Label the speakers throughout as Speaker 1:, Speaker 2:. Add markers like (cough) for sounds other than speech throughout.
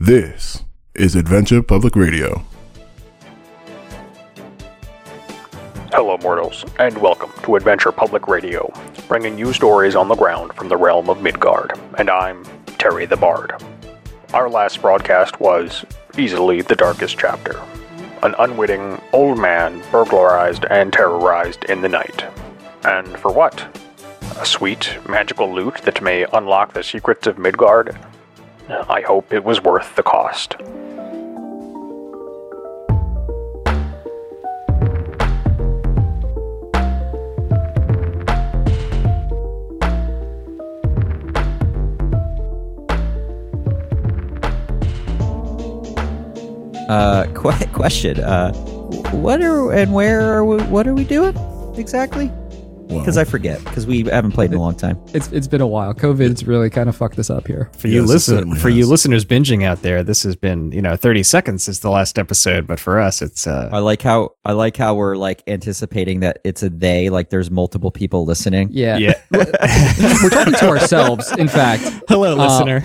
Speaker 1: This is Adventure Public Radio.
Speaker 2: Hello, mortals, and welcome to Adventure Public Radio, bringing you stories on the ground from the realm of Midgard. And I'm Terry the Bard. Our last broadcast was easily the darkest chapter. An unwitting old man burglarized and terrorized in the night. And for what? A sweet, magical loot that may unlock the secrets of Midgard? I hope it was worth the cost.
Speaker 3: Uh, (laughs) qu- question. Uh, wh- what are and where are we? What are we doing exactly? Because I forget. Because we haven't played in a long time.
Speaker 4: It's it's been a while. COVID's really kind of fucked us up here.
Speaker 5: for
Speaker 1: Yes,
Speaker 5: you
Speaker 1: it
Speaker 5: listen
Speaker 1: certainly
Speaker 5: for you
Speaker 1: has.
Speaker 5: listeners binging out there this has been you know 30 seconds since the last episode but for us it's uh
Speaker 3: I like how I like how we're like anticipating that it's a they. Like there's multiple people listening.
Speaker 4: Yeah.
Speaker 5: yeah
Speaker 4: (laughs) We're talking to ourselves, in fact.
Speaker 5: hello
Speaker 4: Uh,
Speaker 5: listener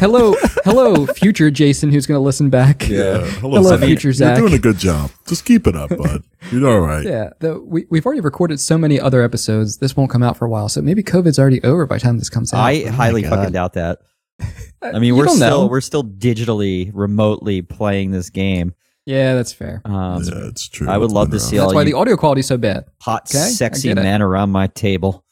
Speaker 4: Hello, hello, future Jason, who's going to listen back. (laughs)
Speaker 1: yeah. Hello,
Speaker 4: Hello,
Speaker 1: Zach.
Speaker 4: future
Speaker 1: You're
Speaker 4: Zach.
Speaker 1: doing a good job. Just keep it up, bud. You're all right.
Speaker 4: (laughs) Yeah, the, we, we've already recorded so many other episodes. This won't come out for a while, so maybe COVID's already over by the time this comes out.
Speaker 3: I highly
Speaker 5: God.
Speaker 3: fucking doubt that. Oh I mean,
Speaker 4: you
Speaker 3: we're
Speaker 4: don't
Speaker 3: still
Speaker 4: know.
Speaker 3: we're still digitally, remotely playing this game.
Speaker 4: yeah, that's fair.
Speaker 3: Um,
Speaker 1: Yeah, it's true.
Speaker 3: I would
Speaker 1: It's
Speaker 3: love
Speaker 1: been
Speaker 3: to
Speaker 1: around.
Speaker 3: see all
Speaker 4: That's why
Speaker 3: you
Speaker 4: the audio quality's so bad.
Speaker 3: hot,
Speaker 4: Okay, I
Speaker 3: sexy
Speaker 4: get it.
Speaker 3: men around my table.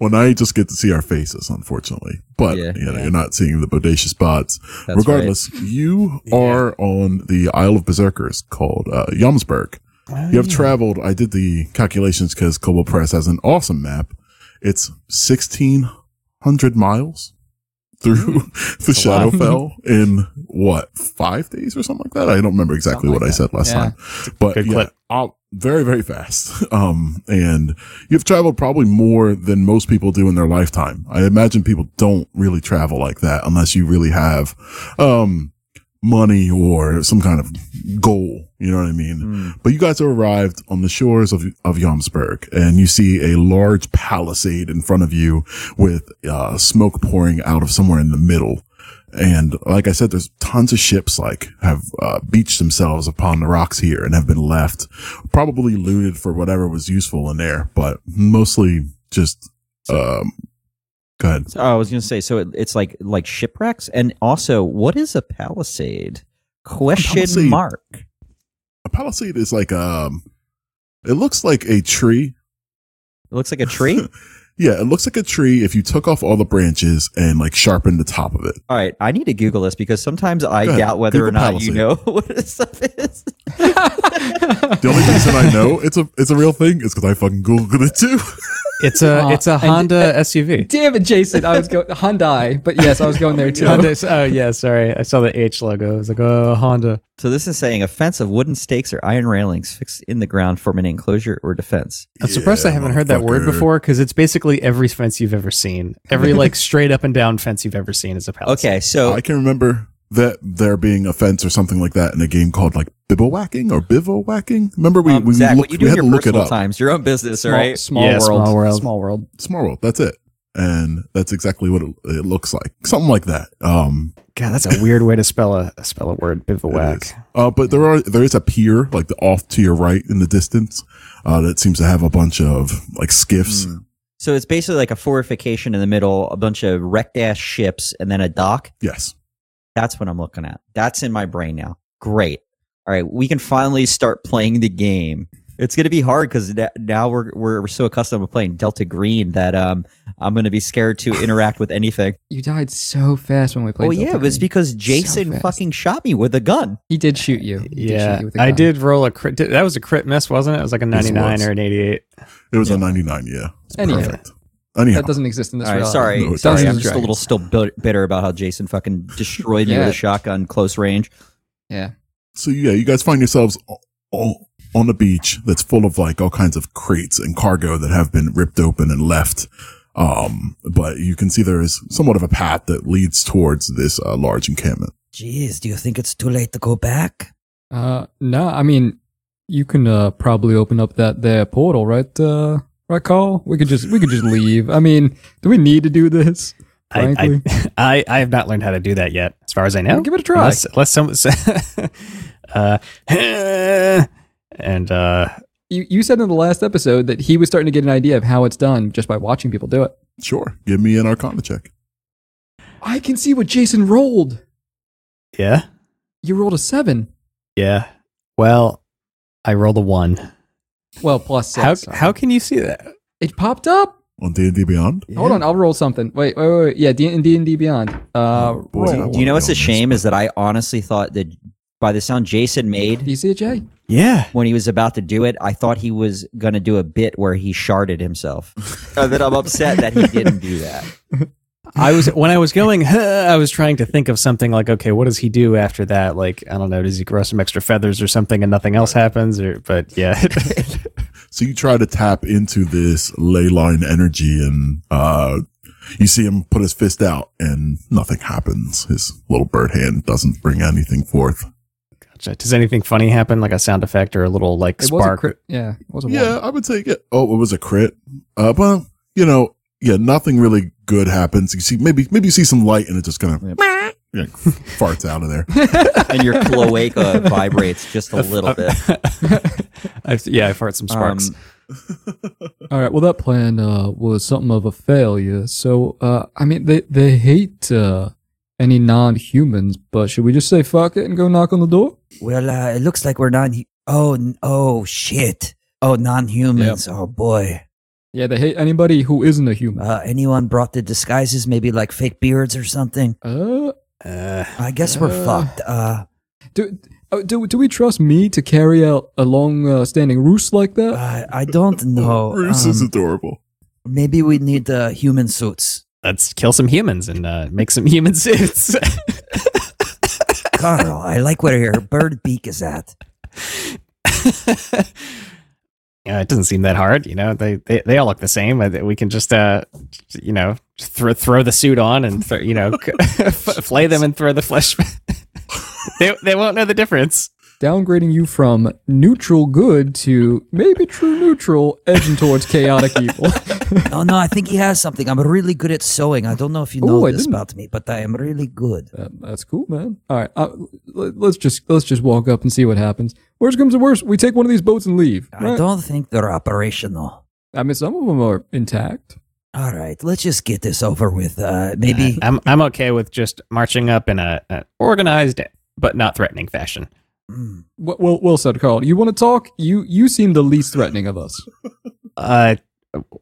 Speaker 1: Well, now you just get to see our faces, unfortunately. But
Speaker 3: Yeah.
Speaker 1: you know, you're not seeing the bodacious bods.
Speaker 3: That's
Speaker 1: Regardless, you are on the Isle of Berserkers called uh, Yumsburg. you
Speaker 4: Oh.
Speaker 1: have traveled. I did the calculations because Cobalt Press has an awesome map. It's 1,600 miles
Speaker 4: Hmm.
Speaker 1: through (laughs) the
Speaker 5: a lot.
Speaker 1: Shadowfell in what five days or something like that. I don't remember exactly
Speaker 4: Something
Speaker 1: what
Speaker 4: like
Speaker 1: I said last
Speaker 4: Yeah.
Speaker 1: time, but
Speaker 5: good
Speaker 1: yeah,
Speaker 5: clip.
Speaker 1: I'll- very very fast. (laughs) Um, and you've traveled probably more than most people do in their lifetime. I imagine people don't really travel like that unless you really have, um, money or some kind of goal. You know what I mean?
Speaker 3: Mm.
Speaker 1: But you guys arrived on the shores of, of Jomsburg and you see a large palisade in front of you with uh, smoke pouring out of somewhere in the middle. And like I said, there's tons of ships like have uh, beached themselves upon the rocks here and have been left probably looted for whatever was useful in there, but mostly just, um, go ahead.
Speaker 3: So oh, I was going to say, so it, it's like like shipwrecks, and also, what is a palisade? Question
Speaker 1: palisade-
Speaker 3: mark.
Speaker 1: A palisade is like, um, it looks like a tree
Speaker 3: It looks like
Speaker 1: (laughs)
Speaker 3: a tree.
Speaker 1: Yeah, it looks like a tree if you took off all the branches and like sharpened the top of it.
Speaker 3: All right, I need to Google this because sometimes I
Speaker 1: Go ahead,
Speaker 3: doubt whether or
Speaker 1: Google
Speaker 3: not
Speaker 1: palisade.
Speaker 3: you know (laughs) what this stuff is.
Speaker 1: The only reason I know it's a it's a real thing is because I fucking googled it too.
Speaker 5: it's a
Speaker 4: (laughs) Uh,
Speaker 5: it's a
Speaker 4: and-
Speaker 5: honda
Speaker 4: (laughs)
Speaker 5: suv
Speaker 4: Damn it, Jason. I was going Hyundai, but yes, I was going there too.
Speaker 5: honda oh yeah sorry i saw the h logo i was like oh honda
Speaker 3: So this is saying a fence of wooden stakes or iron railings fixed in the ground form an enclosure or defense.
Speaker 5: i'm surprised i
Speaker 1: Yeah,
Speaker 5: haven't heard that word
Speaker 1: motherfucker.
Speaker 5: before because it's basically every fence you've ever seen every
Speaker 4: (laughs)
Speaker 5: like straight up and down fence you've ever seen is a palisade
Speaker 3: Okay, so
Speaker 1: I can remember that there being a fence or something like that in a game called like bivouacking or bivouacking. Remember we
Speaker 3: um,
Speaker 1: we,
Speaker 3: Zach,
Speaker 1: looked,
Speaker 3: what you do
Speaker 1: we
Speaker 3: in
Speaker 1: had
Speaker 3: your
Speaker 1: to look it
Speaker 3: personal
Speaker 1: up.
Speaker 3: times, your own business, all
Speaker 4: Small,
Speaker 3: right?
Speaker 4: small,
Speaker 5: Yeah,
Speaker 4: world,
Speaker 5: small world.
Speaker 4: Small world.
Speaker 1: Small world, that's it. And that's exactly what it, it looks like. Something like that. Um,
Speaker 5: god that's a weird way to spell a spell a word
Speaker 1: it
Speaker 5: bivouac
Speaker 1: is. Uh, but there are there is a pier like the off to your right in the distance uh, that seems to have a bunch of like skiffs.
Speaker 3: Hmm. So it's basically like a fortification in the middle, a bunch of wrecked ass ships, and then a dock.
Speaker 1: Yes.
Speaker 3: That's what I'm looking at. That's in my brain now. Great. All right, we can finally start playing the game. It's going to be hard because now we're, we're so accustomed to playing Delta Green that um I'm going to be scared to interact with anything.
Speaker 4: You died so fast when we played.
Speaker 3: Well, yeah, it
Speaker 4: Delta
Speaker 3: was
Speaker 4: Green.
Speaker 3: because Jason
Speaker 4: fast.
Speaker 3: fucking shot me with a gun.
Speaker 4: he did shoot you. He did shoot
Speaker 5: yeah
Speaker 4: you with a
Speaker 5: i
Speaker 4: gun.
Speaker 5: did roll a crit that was a crit miss wasn't it it was like a
Speaker 1: Yes, it
Speaker 5: 99
Speaker 1: was.
Speaker 5: or an (laughs) 88
Speaker 1: It was a 99, yeah. It's
Speaker 4: Anyhow.
Speaker 1: perfect. Anyhow,
Speaker 4: That doesn't exist in this
Speaker 3: All right,
Speaker 4: reality.
Speaker 3: sorry,
Speaker 1: No, it
Speaker 3: sorry,
Speaker 4: doesn't.
Speaker 3: I'm just a little still bit- bitter about how Jason fucking destroyed me
Speaker 4: Yeah.
Speaker 3: with a shotgun close range.
Speaker 4: Yeah.
Speaker 1: so yeah, you guys find yourselves o- o- on a beach that's full of like all kinds of crates and cargo that have been ripped open and left. Um, but you can see there is somewhat of a path that leads towards this uh, large encampment.
Speaker 3: Jeez, do you think it's too late to go back?
Speaker 4: Uh, no, I mean, you can uh, probably open up that there portal, right? Uh, right, Carl. We could just we could just leave. I mean, do we need to do this?
Speaker 5: (laughs) I,
Speaker 4: Frankly,
Speaker 5: I, I, I have not learned how to do that yet. As far as I know.
Speaker 4: Give it a try.
Speaker 5: Unless, unless someone sa- (laughs) uh, and uh,
Speaker 4: you, you said in the last episode that he was starting to get an idea of how it's done just by watching people do it.
Speaker 1: Sure. Give me an Arcana check.
Speaker 4: I can see what Jason rolled.
Speaker 5: yeah,
Speaker 4: You rolled a seven.
Speaker 5: yeah. Well, I rolled a one.
Speaker 4: Well, plus six.
Speaker 5: How
Speaker 4: sorry.
Speaker 5: how can you see that?
Speaker 4: it popped up?
Speaker 1: On D and D Beyond,
Speaker 4: Hold on, I'll roll something. Wait, wait, wait. wait. Yeah, D and D and D Beyond. Uh,
Speaker 1: Oh, boy.
Speaker 4: roll.
Speaker 1: Wow.
Speaker 3: Do you know what's a shame is that I honestly thought that by the sound Jason
Speaker 4: Do
Speaker 3: made
Speaker 4: you see a J?
Speaker 5: Yeah.
Speaker 3: when he was about to do it, I thought he was going to do a bit where he sharded himself. and Uh, then I'm upset that he didn't do that.
Speaker 5: I was when I was going. I was trying to think of something like, okay, what does he do after that? Like, I don't know. Does he grow some extra feathers or something, and nothing else happens? Or but yeah,
Speaker 1: so you try to tap into this ley line energy, and uh, you see him put his fist out, and nothing happens. His little bird hand doesn't bring anything forth.
Speaker 5: Gotcha. Does anything funny happen, like a sound effect or a little like
Speaker 4: It was a
Speaker 5: spark?
Speaker 4: crit. Yeah, it was a
Speaker 1: Yeah,
Speaker 4: one.
Speaker 1: I would take it. Oh, it was a crit. Uh, but you know, yeah, nothing really good happens. You see, maybe maybe you see some light, and it just kind of (laughs) yeah, farts out of there.
Speaker 3: And your (laughs) cloaca vibrates just a
Speaker 5: (laughs)
Speaker 3: little bit.
Speaker 5: I've, yeah, I've heard some sparks.
Speaker 3: Um,
Speaker 4: All right. Well, that plan uh, was something of a failure. So, uh, I mean, they they hate uh, any non-humans, but should we just say fuck it and go knock on the door?
Speaker 3: Well, uh, it looks like we're not. Oh, n- oh, shit. Oh, non humans. Oh, boy.
Speaker 4: Yeah, they hate anybody who isn't a human.
Speaker 3: Uh, anyone brought the disguises, maybe like fake beards or something.
Speaker 4: Uh,
Speaker 5: uh,
Speaker 3: I guess we're
Speaker 4: Uh.
Speaker 3: fucked. Uh,
Speaker 4: do, uh, do do we trust me to carry out a long-standing ruse like that?
Speaker 3: I, I (laughs) don't know.
Speaker 1: Bruce is
Speaker 3: Um,
Speaker 1: adorable.
Speaker 3: maybe we need uh, human suits.
Speaker 5: let's kill some humans and uh, make some (laughs) human suits.
Speaker 3: Carl, I like where your bird beak is at.
Speaker 5: uh, it doesn't seem that hard, you know. They they, they all look the same. I- We can just uh, you know, just throw throw the suit on and throw, you know, (laughs) f- flay them and throw the flesh. (laughs) they they won't know the difference.
Speaker 4: Downgrading you from neutral good to maybe true neutral, edging towards chaotic (laughs) evil.
Speaker 3: Oh, No, no, I think he has something. I'm really good at sewing. I don't know if you know
Speaker 4: Ooh, I
Speaker 3: this
Speaker 4: didn't.
Speaker 3: about me, but I am really good.
Speaker 4: That- that's cool, man. All right, uh, let- let's just let's just walk up and see what happens. Worst comes to worst, we take one of these boats and leave.
Speaker 3: I
Speaker 4: right?
Speaker 3: don't think they're operational.
Speaker 4: I mean, some of them are intact.
Speaker 3: All right, let's just get this over with. Uh, maybe
Speaker 5: I'm I'm okay with just marching up in a, a organized but not threatening fashion.
Speaker 3: Mm.
Speaker 4: Well, well, well said, Carl. You want to talk? You you seem the least threatening
Speaker 3: (laughs)
Speaker 4: of us.
Speaker 5: Uh,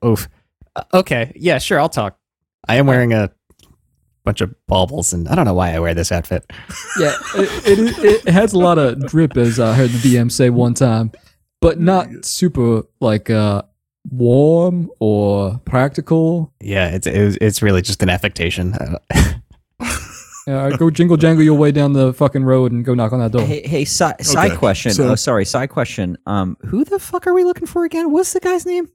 Speaker 5: oof. Uh, Okay, yeah, sure, I'll talk. I am wearing a bunch of baubles, and I don't know why I wear this outfit.
Speaker 4: Yeah, it, it, it has a lot of drip, as I heard the DM say one time, but not super like uh, warm or practical.
Speaker 5: Yeah, it's it was, it's really just an affectation. I don't-
Speaker 4: Uh, go jingle jangle your way down the fucking road and go knock on that door.
Speaker 3: Hey, hey, side, side
Speaker 1: Okay,
Speaker 3: question.
Speaker 1: so-
Speaker 3: oh, sorry, side question. Um, who the fuck are we looking for again? What's the guy's name?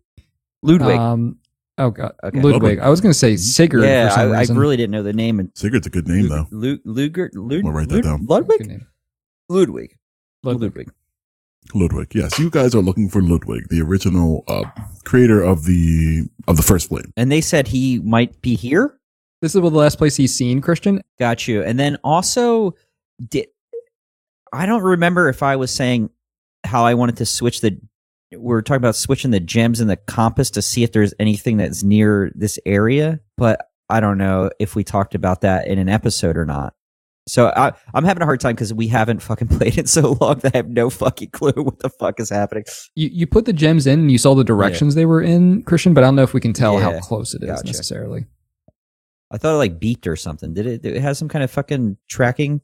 Speaker 3: Ludwig.
Speaker 4: Um, oh god,
Speaker 3: Okay.
Speaker 4: Ludwig. I was gonna say Sigurd
Speaker 3: yeah,
Speaker 4: for
Speaker 3: I,
Speaker 4: some
Speaker 3: I
Speaker 4: reason.
Speaker 3: really didn't know the name. And
Speaker 1: Sigurd's a good name though.
Speaker 3: Lud- Luger, Lud-
Speaker 1: I'm gonna write that
Speaker 3: Lud-
Speaker 1: down.
Speaker 4: Good
Speaker 3: Ludwig.
Speaker 4: name.
Speaker 3: Ludwig.
Speaker 4: Ludwig.
Speaker 3: Ludwig.
Speaker 1: Ludwig. Yes, you guys are looking for Ludwig, the original uh, creator of the of the first flame.
Speaker 3: And they said he might be here.
Speaker 4: This is the last place he's seen Christian.
Speaker 3: Got you. And then also, did I don't remember if I was saying how I wanted to switch the. We were talking about switching the gems and the compass to see if there's anything that's near this area, but I don't know if we talked about that in an episode or not. So I, I'm having a hard time because we haven't fucking (laughs) played it so long that I have no fucking clue what the fuck is happening.
Speaker 4: You you put the gems in and you saw the directions they were in Christian, but I don't know if we can tell how
Speaker 3: Yeah,
Speaker 4: close it is
Speaker 3: gotcha.
Speaker 4: necessarily.
Speaker 3: I thought it like beeped or something. Did it? Did it have some kind of fucking tracking?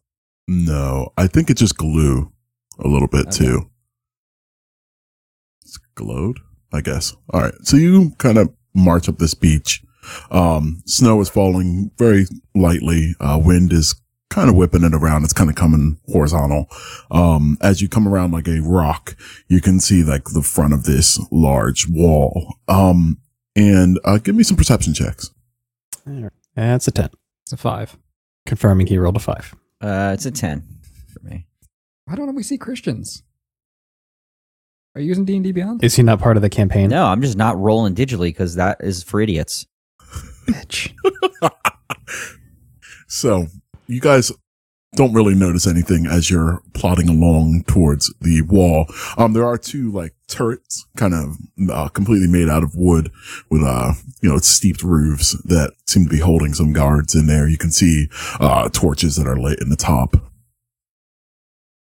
Speaker 1: No, I think it just glue a little bit
Speaker 4: Okay.
Speaker 1: too. It's glowed, I guess. All right. So you kind of march up this beach. Um, snow is falling very lightly. Uh, wind is kind of whipping it around. It's kind of coming horizontal. Um, as you come around like a rock, you can see like the front of this large wall. Um, and uh, give me some perception checks.
Speaker 5: That's a ten.
Speaker 4: It's a five.
Speaker 5: Confirming he rolled a five.
Speaker 3: Uh, it's a ten for me.
Speaker 4: Why don't we see Christians? Are you using D and D Beyond?
Speaker 5: Is he not part of the campaign?
Speaker 3: No, I'm just not rolling digitally because that is for idiots.
Speaker 5: Bitch.
Speaker 1: So you guys don't really notice anything as you're plodding along towards the wall. Um, there are two like turrets, kind of uh, completely made out of wood with, uh, you know, steeped roofs that seem to be holding some guards in there. You can see, uh, torches that are lit in the top.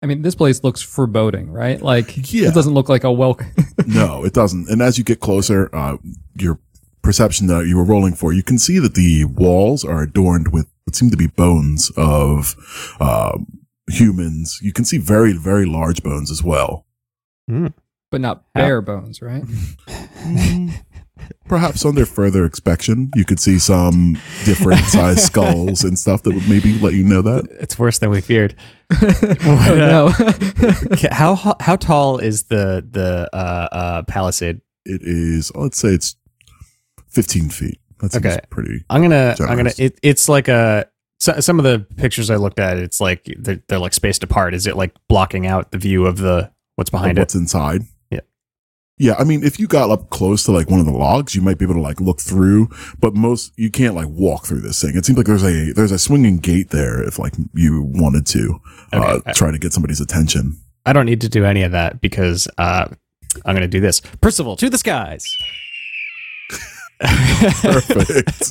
Speaker 4: I mean, this place looks foreboding, right? Like,
Speaker 1: Yeah.
Speaker 4: it doesn't look like a well. (laughs)
Speaker 1: no, it doesn't. And as you get closer, uh, your perception that you were rolling for, you can see that the walls are adorned with what seem to be bones of uh, humans. You can see very, very large bones as well.
Speaker 4: but not bare bones, right?
Speaker 1: Perhaps under further inspection, you could see some different sized skulls and stuff that would maybe let you know that.
Speaker 5: (laughs) It's worse than
Speaker 4: (laughs)
Speaker 5: we feared. uh,
Speaker 4: oh, no. (laughs)
Speaker 5: Ca- how ho- how tall is the the uh, uh, palisade?
Speaker 1: It is, let's say it's 15 feet. That seems
Speaker 5: Okay.
Speaker 1: pretty.
Speaker 5: I'm gonna I'm gonna.
Speaker 1: Generous.
Speaker 5: It, it's like a so, some of the pictures I looked at. It's like they're, they're like spaced apart. Is it like blocking out the view of the what's behind
Speaker 1: of
Speaker 4: Uh,
Speaker 5: it?
Speaker 1: what's inside.
Speaker 5: Yeah.
Speaker 1: Yeah, I mean, if you got up close to like one of the logs, you might be able to like look through, but most you can't like walk through this thing. It seems like there's a there's a swinging gate there if like you wanted to
Speaker 5: Okay.
Speaker 1: uh, try to get somebody's
Speaker 5: (laughs)
Speaker 1: attention.
Speaker 5: I don't need to do any of that because uh, I'm gonna do this. Percival to the skies. (laughs)
Speaker 1: Perfect.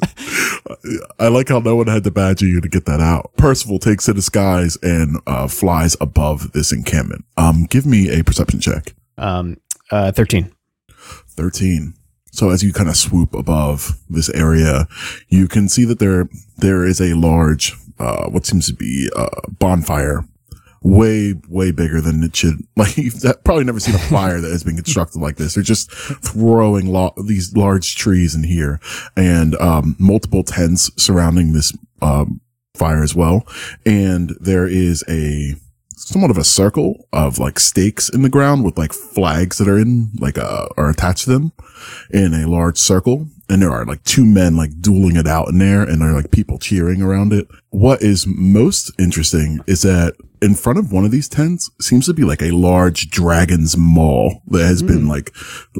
Speaker 1: I like how no one had to badger you to get that out. Percival takes to the skies and uh, flies above this encampment. Um, give me a perception check.
Speaker 5: um, uh, thirteen.
Speaker 1: 13. So as you kind of swoop above this area, you can see that there, there is a large, uh, what seems to be a bonfire way, way bigger than it should. (laughs) Like you've that- probably never seen a fire that has been constructed like this. They're just throwing lo- these large trees in here and, um, multiple tents surrounding this, um, fire as well. And there is a, somewhat of a circle of like stakes in the ground with like flags that are in like uh are attached to them in a large circle and there are like two men like dueling it out in there and there are like people cheering around it what is most interesting is that in front of one of these tents seems to be like a large dragon's maw that has been like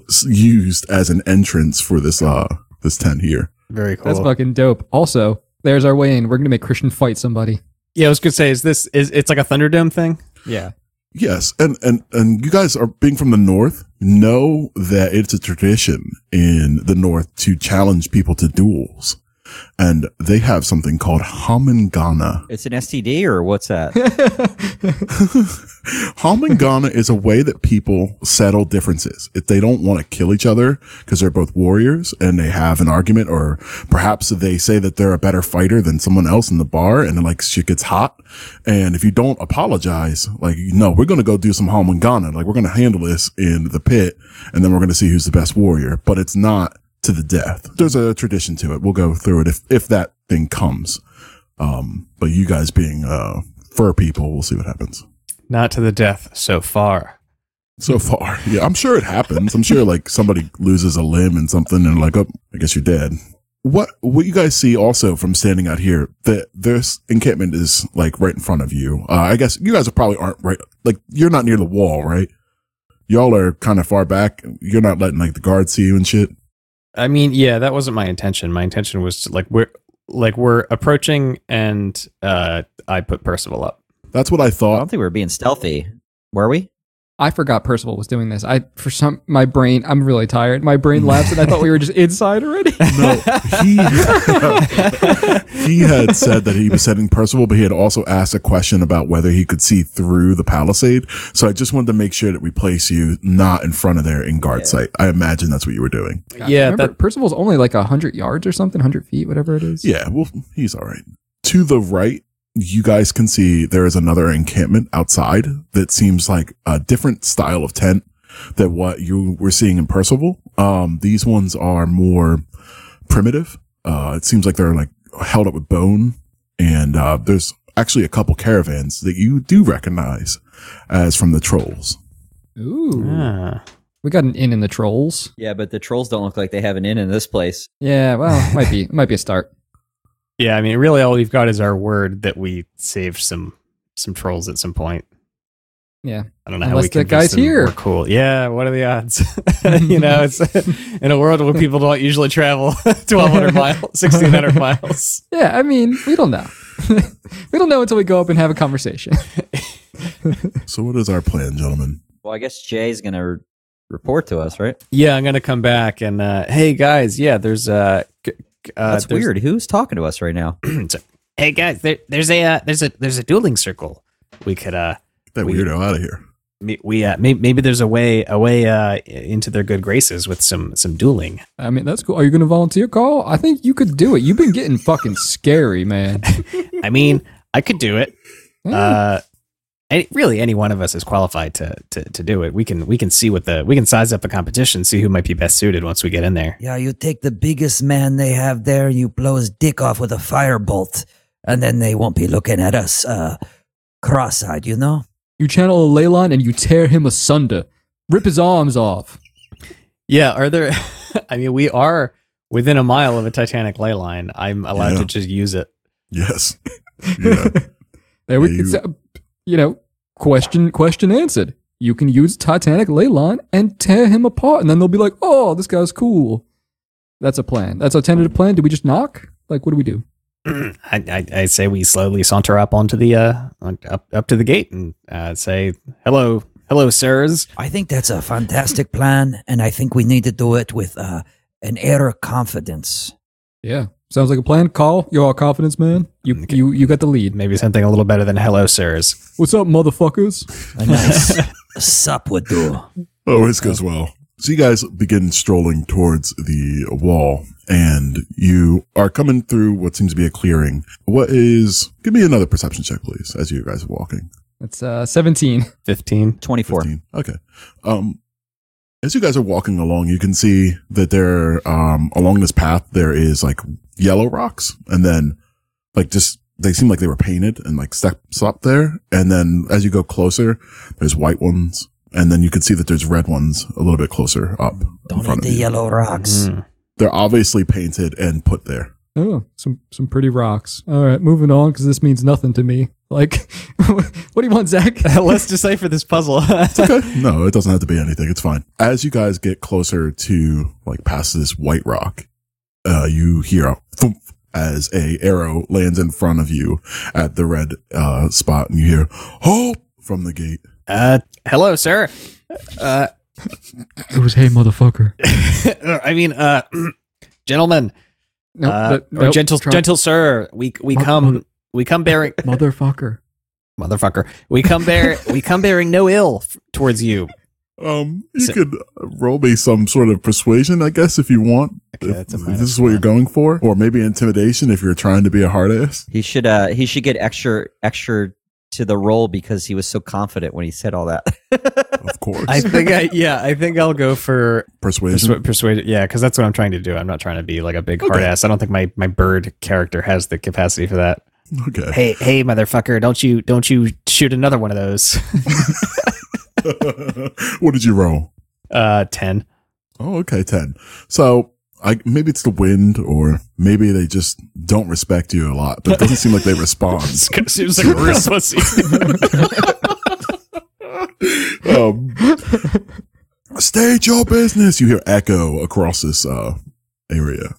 Speaker 1: s- used as an entrance for this uh this tent here
Speaker 5: Very cool.
Speaker 4: That's fucking dope. Also, there's our way in. We're going to make Christian fight somebody.
Speaker 5: yeah, I was gonna say, is this is it's like a Thunderdome thing? Yeah.
Speaker 1: Yes, and and and you guys are being from the north. Know that it's a tradition in the north to challenge people to duels, and they have something called hamangana.
Speaker 3: It's an STD or what's (laughs) that?
Speaker 1: hamangana is a way that people settle differences if they don't want to kill each other because they're both warriors and they have an argument, or perhaps they say that they're a better fighter than someone else in the bar, and like shit gets hot. And if you don't apologize, like, no, we're going to go do some Hamangana. Like, we're going to handle this in the pit and then we're going to see who's the best warrior, but it's not to the death. There's a tradition to it. We'll go through it if, if that thing comes. Um, but you guys being, uh, fur people, we'll see what happens.
Speaker 5: Not to the death so far.
Speaker 1: So far. Yeah. I'm sure it happens. I'm sure like somebody loses a limb and something and like, oh, I guess you're dead. What, what you guys see also from standing out here that this encampment is like right in front of you. Uh, I guess you guys are probably aren't right. Like you're not near the wall, right? Y'all are kind of far back. You're not letting like the guards see you and shit.
Speaker 5: I mean, yeah, that wasn't my intention. My intention was to, like we're like we're approaching, and uh, I put Percival up.
Speaker 1: That's what I
Speaker 3: I
Speaker 1: thought.
Speaker 3: don't think we were being stealthy. Were we?
Speaker 4: I forgot Percival was doing this. I, for some, my brain, I'm really tired. My brain lapsed and I thought we
Speaker 5: (laughs)
Speaker 4: were just inside already. (laughs)
Speaker 1: No, he he had said that he was setting Percival, but he had also asked a question about whether he could see through the palisade. So I just wanted to make sure that we place you not in front of there in guard sight. I imagine that's what you were doing.
Speaker 5: yeah,
Speaker 4: Remember,
Speaker 5: that
Speaker 4: Percival's only like 100 yards or something, 100 feet, whatever it is.
Speaker 1: Yeah, well, he's all right. To the right, you guys can see there is another encampment outside that seems like a different style of tent than what you were seeing in Percival. Um, these ones are more primitive. Uh, it seems like they're like held up with bone and, uh, there's actually a couple caravans that you do recognize as from the trolls.
Speaker 4: Ooh.
Speaker 5: Ah.
Speaker 4: We got an in in the trolls.
Speaker 3: Yeah, but the trolls don't look like they have an inn in this place.
Speaker 4: Yeah,
Speaker 5: (laughs)
Speaker 4: well, might be, might be a start.
Speaker 5: yeah. I mean, really, all we've got is our word that we saved some some trolls at some point.
Speaker 4: Yeah.
Speaker 5: I don't know how
Speaker 4: Unless
Speaker 5: we
Speaker 4: that
Speaker 5: convinced
Speaker 4: guy's
Speaker 5: them
Speaker 4: here.
Speaker 5: We're cool. Yeah. What are the odds? (laughs)
Speaker 4: (laughs)
Speaker 5: you know, it's in a world where (laughs) people don't usually travel 1,200 miles, 1,600 miles.
Speaker 4: Yeah, I mean, we don't know. (laughs) we don't know until we go up and have a conversation. (laughs)
Speaker 1: So what is our plan, gentlemen?
Speaker 3: Well, I guess Jay's gonna re- report to us, right?
Speaker 5: Yeah, I'm gonna come back and uh, hey guys, yeah, there's uh, g- g- uh
Speaker 3: That's
Speaker 5: there's-
Speaker 3: weird. Who's talking to us right now?
Speaker 5: So- hey guys, there, there's a uh, there's a there's a dueling circle. We could uh
Speaker 1: Get that
Speaker 5: We-
Speaker 1: weirdo out of here.
Speaker 5: me- we uh maybe, maybe there's a way a way uh into their good graces with some some dueling.
Speaker 4: I mean, that's cool. Are you going to volunteer, Carl? I think you could do it. You've been getting fucking scary,
Speaker 5: (laughs)
Speaker 4: man.
Speaker 5: I mean, I could do it.
Speaker 3: Hmm.
Speaker 4: Yeah.
Speaker 5: Uh, any, really, any one of us is qualified to, to to do it. We can we can see what the we can size up the competition, see who might be best suited once we get in there.
Speaker 6: (clears throat) Yeah, you take the biggest man they have there, you blow his dick off with a firebolt, and then they won't be looking at us uh, cross eyed, you know?
Speaker 4: you channel a ley line and you tear him asunder. Rip his arms off.
Speaker 5: Yeah, are there? (laughs) I mean, we are within a mile of a Titanic ley line. I'm allowed
Speaker 1: Yeah.
Speaker 5: to just use it.
Speaker 1: Yes. Yeah.
Speaker 4: There we,
Speaker 1: Yeah, you-
Speaker 4: it's, uh, you know, question question answered. You can use Titanic ley line and tear him apart, and then they'll be like, "Oh, this guy's cool." That's a plan. That's a tentative plan. Do we just knock? Like, what do we do?
Speaker 5: (clears throat) I, I, I say we slowly saunter up onto the uh on, up up to the gate and uh, say hello, hello, sirs.
Speaker 6: I think that's a
Speaker 3: (laughs)
Speaker 6: fantastic plan, and I think we need to do it with uh, an air of confidence.
Speaker 4: Yeah, sounds like a plan. Carl, you're our confidence man. You
Speaker 5: Okay.
Speaker 4: you you got the lead.
Speaker 5: Maybe something a little better than hello, sirs.
Speaker 4: What's up, motherfuckers?
Speaker 6: A
Speaker 3: (laughs)
Speaker 6: nice sup would do.
Speaker 1: Always Oh, goes well. So you guys begin strolling towards the wall and you are coming through what seems to be a clearing. What is, give me another perception check, please, as you guys are walking.
Speaker 4: That's uh, seventeen.
Speaker 5: Fifteen.
Speaker 3: Twenty four.
Speaker 1: 15. Okay. Um, as you guys are walking along, you can see that there, um, along this path, there is like yellow rocks and then like just, they seem like they were painted and like steps up there. And then as you go closer, there's white ones. And then you can see that there's red ones a little bit closer up. in
Speaker 6: Don't
Speaker 1: front
Speaker 6: eat
Speaker 1: of
Speaker 6: the
Speaker 1: you.
Speaker 3: uh,
Speaker 6: yellow rocks.
Speaker 5: Mm.
Speaker 1: They're obviously painted and put there.
Speaker 4: Oh, some some pretty rocks. All right, moving on because this means nothing to me. Like, (laughs) what do you want, Zach?
Speaker 5: (laughs) Let's decipher this puzzle. (laughs)
Speaker 1: (laughs) no, it doesn't have to be anything. It's fine. As you guys get closer to like past this white rock, uh, you hear a thump as a arrow lands in front of you at the red uh, spot, and you hear "halt" from the gate.
Speaker 5: uh, hello, sir. Uh, (laughs)
Speaker 4: It was hey, motherfucker.
Speaker 5: I mean, uh, (clears throat) gentlemen,
Speaker 4: No,
Speaker 5: uh,
Speaker 4: that-
Speaker 5: or
Speaker 4: nope,
Speaker 5: gentle,
Speaker 4: try-
Speaker 5: gentle sir, we we
Speaker 4: Mother-
Speaker 5: come
Speaker 4: mother-
Speaker 5: we come bearing (laughs)
Speaker 4: motherfucker.
Speaker 5: motherfucker, we come bear we come bearing no ill f- towards you.
Speaker 1: Um, you
Speaker 5: So-
Speaker 1: could roll me some sort of persuasion, I guess, if you want.
Speaker 5: Okay,
Speaker 1: If-
Speaker 5: that's a
Speaker 1: if (laughs)
Speaker 5: minus
Speaker 1: this is what you're
Speaker 5: one.
Speaker 1: going for, or maybe intimidation if you're trying to be a hard ass.
Speaker 3: He should uh he should get extra extra to the role because he was so confident when he said all (laughs) that.
Speaker 1: Of course,
Speaker 5: I think I yeah, I think I'll go for
Speaker 1: persuasion.
Speaker 5: persuade. persuade yeah, because that's what I'm trying to do. I'm not trying to be like a big
Speaker 1: Okay.
Speaker 5: hard ass. I don't think my my bird character has the capacity for that.
Speaker 1: okay.
Speaker 5: Hey hey motherfucker, don't you don't you shoot another one of those?
Speaker 1: (laughs) what did you roll?
Speaker 5: (laughs) Uh, ten. (laughs)
Speaker 1: Oh, okay, ten. So I maybe it's the wind, or maybe they just don't respect you a lot. But it doesn't seem like they
Speaker 5: (laughs)
Speaker 1: respond.
Speaker 5: Seems like a real pussy. (laughs)
Speaker 1: Um, state your business. You hear echo across this uh, area.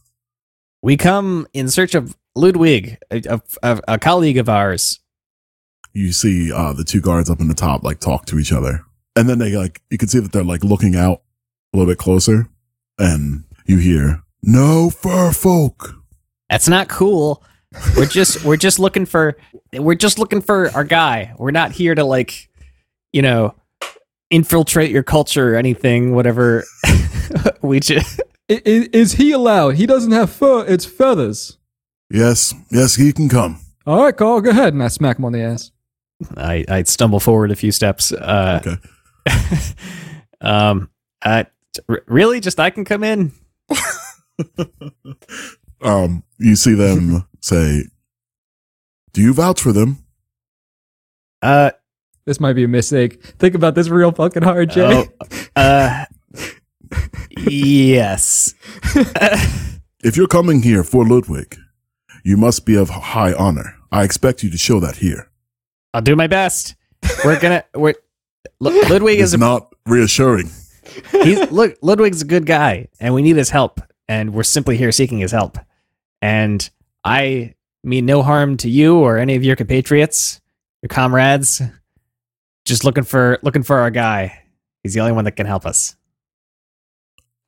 Speaker 5: we come in search of Ludwig, a, a, a- a colleague of ours.
Speaker 1: You see uh, the two guards up in the top like talk to each other, and then they like you can see that they're like looking out a little bit closer, and you hear no fur folk.
Speaker 5: That's not cool. We're just we're just looking for we're just looking for our guy. We're not here to like, you know, infiltrate your culture or anything. Whatever. (laughs) we just
Speaker 4: I- i- is he allowed? He doesn't have fur. It's feathers.
Speaker 1: Yes, yes, he can come.
Speaker 4: All right, Carl, go ahead. And I smack him on the ass.
Speaker 5: I I stumble forward a few steps. Uh,
Speaker 1: Okay.
Speaker 5: (laughs) um. Uh, r- really? Just I can come in.
Speaker 1: um, you see them say, "Do you vouch for them?"
Speaker 5: Uh.
Speaker 4: This might be a mistake. Think about this real fucking hard, Jay.
Speaker 5: oh, uh. yes.
Speaker 1: If you're coming here for Ludwig, you must be of high honor. I expect you to show that here.
Speaker 5: I'll do my best. We're gonna we're Lu- Ludwig is
Speaker 1: It's
Speaker 5: a
Speaker 1: not reassuring.
Speaker 5: he's, look Ludwig's a good guy, and we need his help, and we're simply here seeking his help. And I mean no harm to you or any of your compatriots, your comrades. Just looking for looking for our guy. He's the only one that can help us.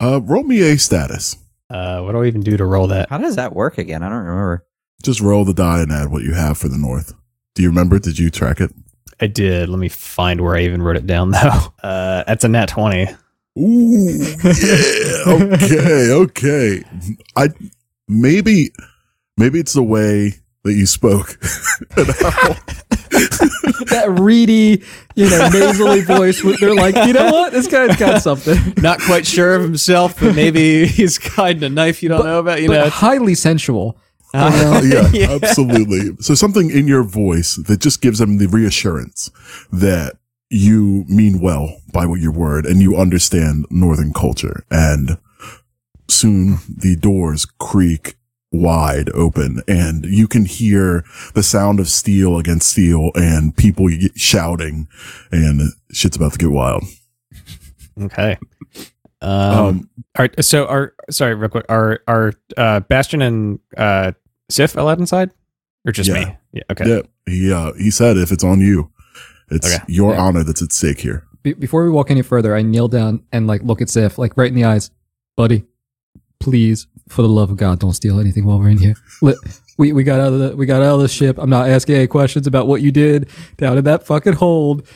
Speaker 1: Uh, roll me a status.
Speaker 5: Uh, what do I even do to roll that?
Speaker 7: How does that work again? I don't remember.
Speaker 1: Just roll the die and add what you have for the north. Do you remember? Did you track it?
Speaker 5: I did. Let me find where I even wrote it down (laughs) though. Uh, that's a net twenty.
Speaker 1: (laughs) Ooh, yeah. okay, okay. I maybe maybe it's the way that you spoke. And how-
Speaker 4: (laughs) that reedy, you know, nasally voice. With, they're like, you know what? This guy's got something.
Speaker 5: Not quite sure of himself, but maybe (laughs) he's hiding a knife you don't know about. You
Speaker 4: but
Speaker 5: know,
Speaker 4: highly sensual. (laughs)
Speaker 1: Oh, yeah, absolutely. So something in your voice that just gives them the reassurance that you mean well by what your word and you understand northern culture. And soon the doors creak wide open and you can hear the sound of steel against steel and people y- shouting and shit's about to get wild.
Speaker 5: Okay.
Speaker 1: Um,
Speaker 5: Um, are, so are sorry, real quick. Are are uh, Bastion and uh, Sif allowed inside, or just
Speaker 1: Yeah.
Speaker 5: me? Yeah. Okay.
Speaker 1: yeah, he, uh, he said, if it's on you, it's
Speaker 5: Okay.
Speaker 1: your
Speaker 4: Yeah.
Speaker 1: honor that's at stake here.
Speaker 4: Be- before we walk any further, I kneel down and like look at Sif, like right in the eyes, buddy. Please, for the love of God, don't steal anything while we're in here. Let, we we got out of the we got out of the ship. I'm not asking any questions about what you did down in that fucking hold,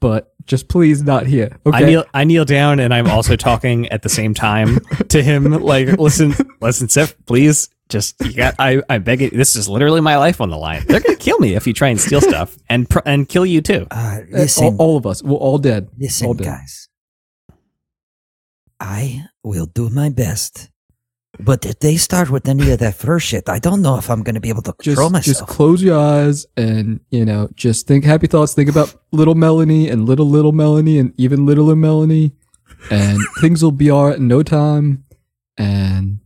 Speaker 4: but just please not here. Okay.
Speaker 5: I kneel. I kneel down, and I'm also talking at the same time to him. Like, listen, listen, Sif, please, just you got. I, I beg you. This is literally my life on the line. They're gonna kill me if you try and steal stuff, and pr- and kill you too.
Speaker 3: Uh,
Speaker 4: Uh,
Speaker 3: listen,
Speaker 4: all, all of us. We're all dead.
Speaker 3: listen,
Speaker 4: all dead.
Speaker 3: guys. I will do my best. But if they start with any of that first shit, I don't know if I'm going to be able to
Speaker 4: Just,
Speaker 3: control
Speaker 4: just
Speaker 3: myself.
Speaker 4: close your eyes and you know, just think happy thoughts. Think about little Melanie and little little Melanie and even littler Melanie, and (laughs) things will be all right in no time, and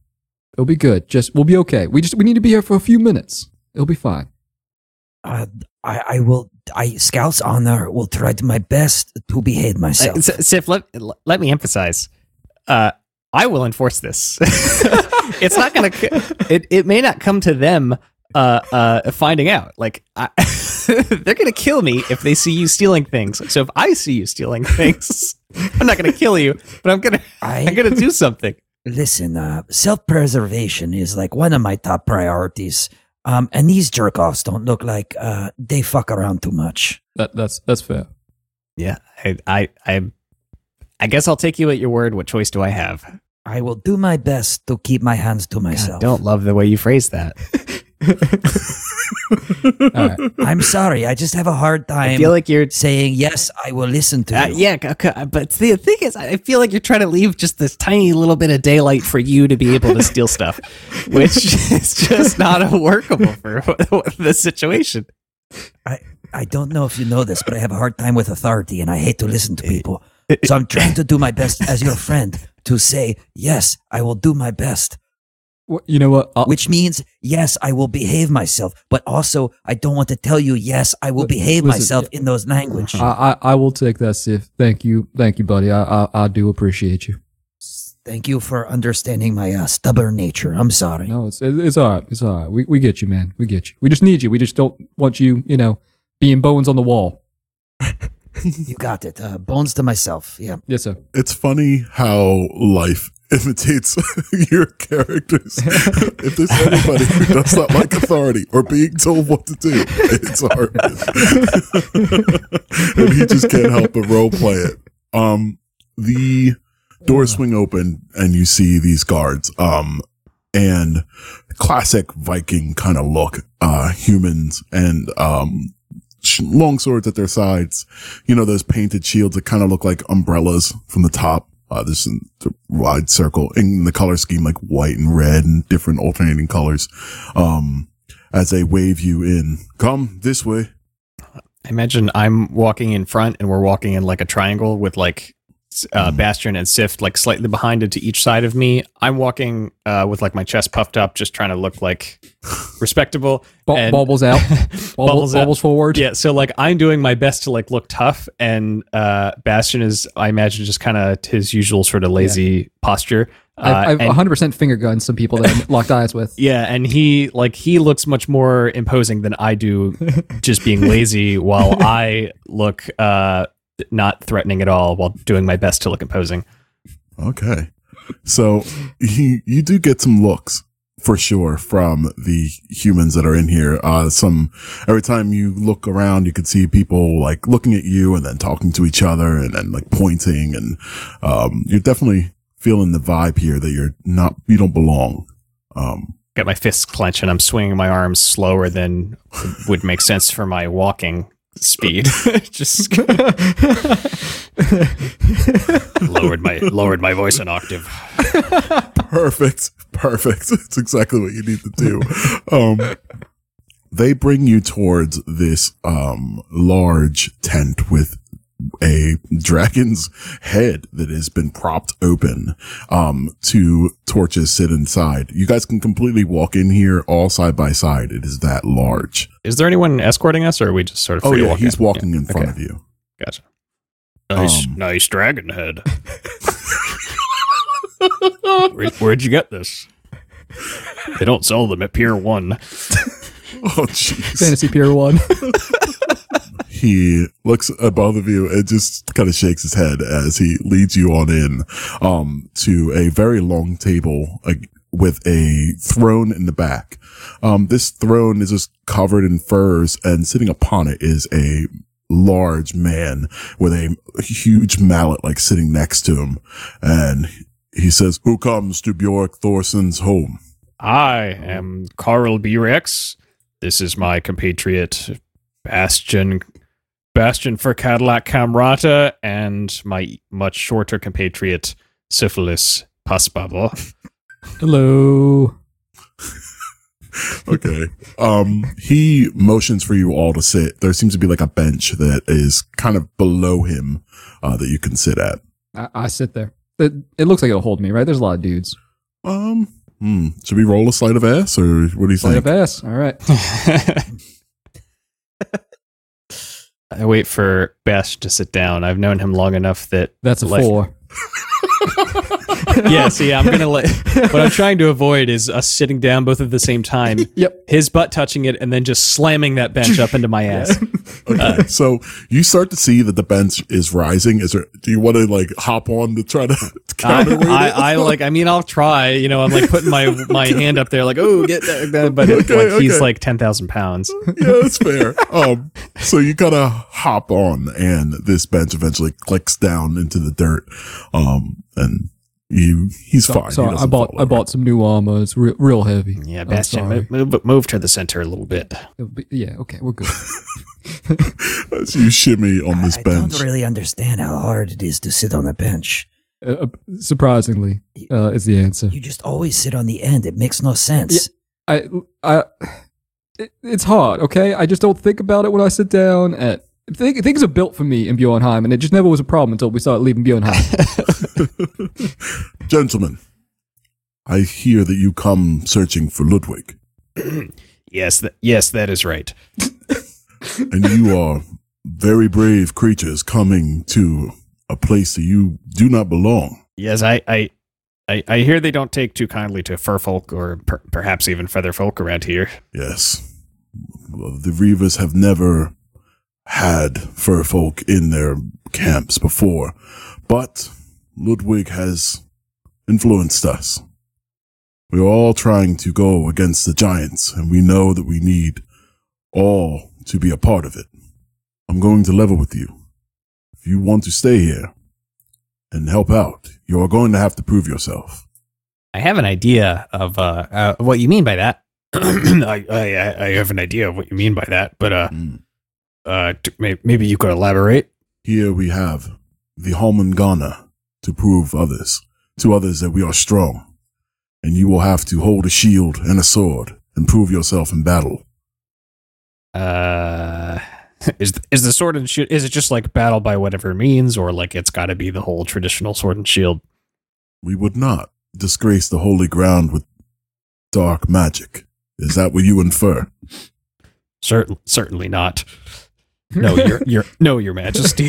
Speaker 4: it'll be good. Just we'll be okay. We just we need to be here for a few minutes. It'll be fine.
Speaker 3: uh, I, I will. I scouts honor will try to my best to behave
Speaker 5: Uh,
Speaker 3: myself.
Speaker 5: S- Sif, let let me emphasize. Uh, I will enforce this. (laughs) it's not gonna. c- It it may not come to them. Uh, uh, finding out like I, (laughs) they're gonna kill me if they see you stealing things. So if I see you stealing things, (laughs) I'm not gonna kill you, but I'm gonna I'm
Speaker 3: I
Speaker 5: gonna do something.
Speaker 3: listen. Uh, self-preservation is like one of my top priorities. Um, and these jerk-offs don't look like uh, they fuck around too much.
Speaker 4: That that's that's fair.
Speaker 5: (laughs) Yeah, I I I, I guess I'll take you at your word. What choice do I have?
Speaker 3: I will do my best to keep my hands to
Speaker 5: I
Speaker 3: myself.
Speaker 5: don't love the way you phrase that.
Speaker 4: All right.
Speaker 3: I'm sorry. I just have a hard
Speaker 5: I
Speaker 3: time
Speaker 5: feel like you're
Speaker 3: saying yes. I will listen to
Speaker 5: Uh,
Speaker 3: you.
Speaker 5: yeah, c- c- but the thing is, I feel like you're trying to leave just this tiny little bit of daylight for you to be able to steal stuff, which is just not workable for (laughs) the situation.
Speaker 3: I don't know if you know this, but I have a hard time with authority, and I hate to listen to people. So I'm trying to do my best as your friend to say yes. I will do my best.
Speaker 4: Wh- You know what? I'll,
Speaker 3: which means yes, I will behave myself, but also I don't want to tell you yes, I will
Speaker 4: Li-
Speaker 3: behave
Speaker 4: listen, Uh,
Speaker 3: myself in those language.
Speaker 4: I, I I will take that, Sif. Thank you, thank you, buddy. I I, I do appreciate you.
Speaker 3: Thank you for understanding my uh, stubborn nature. I'm sorry.
Speaker 4: No, it's it- it's all right. It's all right. We we get you, man. We get you. We just need you. We just don't want you, you know, being bones on the wall.
Speaker 3: You got it. Uh, bones to myself. Yeah.
Speaker 4: Yes, sir.
Speaker 1: it's funny how life imitates (laughs) your characters. if there's anybody who does not like authority or being told what to do, it's hard. (laughs) and he just can't help but role play it. Um, the doors swing open and you see these guards. Um, and classic Viking kind of look, uh, humans and, um, sh- long swords at their sides you know, those painted shields that kind of look like umbrellas from the top. Uh, this is a wide circle in the color scheme, like white and red and different alternating colors. Um, as they wave you in, come this way.
Speaker 5: I imagine I'm walking in front, and we're walking in like a triangle with like uh,
Speaker 1: Mm-hmm.
Speaker 5: Bastion and Sift like slightly behind and to each side of me. I'm walking uh, with like my chest puffed up, just trying to look
Speaker 1: (laughs)
Speaker 5: like respectable.
Speaker 4: Bu-
Speaker 5: and-
Speaker 4: bubbles (laughs) out. Bubble,
Speaker 5: Bubbles
Speaker 4: bubbles,
Speaker 5: out.
Speaker 4: forward.
Speaker 5: Yeah, so like I'm doing my best to like look tough, and uh, Bastion is, I imagine, just kind of his usual sort of lazy posture. Uh,
Speaker 4: I've, I've
Speaker 5: and-
Speaker 4: 100% finger gunned some people that I locked eyes with.
Speaker 5: yeah, and he like he looks much more imposing than I do, just being lazy, (laughs) while I look uh, not threatening at all while doing my best to look imposing.
Speaker 1: Okay. So you, you do get some looks for sure from the humans that are in here. Uh, some, every time you look around, you could see people like looking at you and then talking to each other and then like pointing. And, um, you're definitely feeling the vibe here that you're not, you don't belong. Um,
Speaker 5: Got my fists clenched and I'm swinging my arms slower than would make sense for my walking speed. (laughs) just lowered my lowered my voice an octave.
Speaker 1: perfect. Perfect. (laughs) It's exactly what you need to do. Um, they bring you towards this, um, large tent with a dragon's head that has been propped open. Um, two torches sit inside. You guys can completely walk in here all side by side. It is that large.
Speaker 5: Is there anyone escorting us, or are we just sort of?
Speaker 1: Oh
Speaker 5: free to
Speaker 1: yeah.
Speaker 5: walk
Speaker 1: He's
Speaker 5: in?
Speaker 1: walking in
Speaker 5: Yeah,
Speaker 1: front
Speaker 5: okay.
Speaker 1: of you. (laughs)
Speaker 5: Gotcha.
Speaker 1: Nice- Um,
Speaker 5: nice dragon head. Where, where'd you get this? They don't sell them at Pier One.
Speaker 1: Oh jeez.
Speaker 4: Fantasy Pier 1.
Speaker 1: he looks at both of you and just kind of shakes his head as he leads you on in um, to a very long table uh, with a throne in the back. Um, this throne is just covered in furs, and sitting upon it is a large man with a huge mallet, like sitting next to him, and. He says, Who comes to Bjork Thorson's home?
Speaker 5: I am Carl B. Rex. This is my compatriot Bastion Bastion for Cadillac Camrata and my much shorter compatriot Syphilis Paspavo.
Speaker 4: Hello.
Speaker 1: okay. Um, he motions for you all to sit. There seems to be like a bench that is kind of below him, uh, that you can sit at.
Speaker 4: I, I sit there. It, it looks like it'll hold me, right? There's a lot of dudes.
Speaker 1: Um, hmm, should we roll a sleight of ass or what do you
Speaker 4: Sleight
Speaker 1: think?
Speaker 4: of ass. All right.
Speaker 5: I wait for Bastion to sit down. I've known him long enough that
Speaker 4: That's a
Speaker 5: Like-
Speaker 4: four.
Speaker 5: (laughs) yeah, see, I'm gonna let. What I'm trying to avoid is us sitting down both at the same time.
Speaker 4: Yep.
Speaker 5: His butt touching it and then just slamming that bench up into my ass.
Speaker 1: Okay. so you start to see that the bench is rising. Is there, do you want to like hop on to try to (laughs)
Speaker 5: (laughs) I,
Speaker 1: counterweight it?
Speaker 5: I, I like. I mean, I'll try. You know, I'm like putting (laughs) my my hand up there, like, oh, get that. that," But it-
Speaker 1: Okay,
Speaker 5: like, he's
Speaker 1: okay.
Speaker 5: like ten thousand pounds.
Speaker 1: yeah, that's fair. Um, so you kind of hop on and this bench eventually clicks down into the dirt. Um, and you, he's
Speaker 4: So,
Speaker 1: fine.
Speaker 4: so
Speaker 1: He
Speaker 4: I
Speaker 1: doesn't
Speaker 4: bought
Speaker 1: fall
Speaker 4: I
Speaker 1: over.
Speaker 4: bought some new armor. It's real, real heavy.
Speaker 5: Yeah,
Speaker 4: I'm
Speaker 5: Bastion,
Speaker 4: sorry.
Speaker 5: move, move move to the center a little bit.
Speaker 4: It'll be- yeah. Okay. We're good.
Speaker 1: (laughs) As you shimmy on this
Speaker 6: I
Speaker 1: bench.
Speaker 6: don't really understand how hard it is to sit on a bench.
Speaker 4: uh, uh, surprisingly, uh, is the answer.
Speaker 6: You just always sit on the end. It makes no sense.
Speaker 4: I, I, it, it's hard. Okay, I just don't think about it when I sit down. At think, things are built for me in Bjornheim, and it just never was a problem until we started leaving Bjornheim.
Speaker 1: (laughs) Gentlemen, I hear that you come searching for Ludwig,
Speaker 5: (clears throat) Yes, th- yes, that is right.
Speaker 1: (laughs) and you are very brave creatures coming to a place that you do not belong.
Speaker 5: Yes, I, I, I, I hear they don't take too kindly to fur folk or per- perhaps even feather folk around here.
Speaker 1: Yes, the Reavers have never had fur folk in their camps before, but Ludwig has influenced us. We are all trying to go against the giants, and we know that we need all to be a part of it. I'm going to level with you. If you want to stay here and help out, you are going to have to prove yourself.
Speaker 5: I have an idea of uh, uh, what you mean by that. (clears throat) I, I, I have an idea of what you mean by that, but uh, uh, t- may- maybe you could elaborate.
Speaker 1: Here we have the Holmangana to prove others, to others that we are strong. And you will have to hold a shield and a sword and prove yourself in battle.
Speaker 5: Uh, (laughs) is is the sword and shield is it just like battle by whatever means or like it's got to be the whole traditional sword and shield
Speaker 1: We would not disgrace the holy ground with dark magic. Is that what you infer?
Speaker 5: Certain, certainly not no your your no your majesty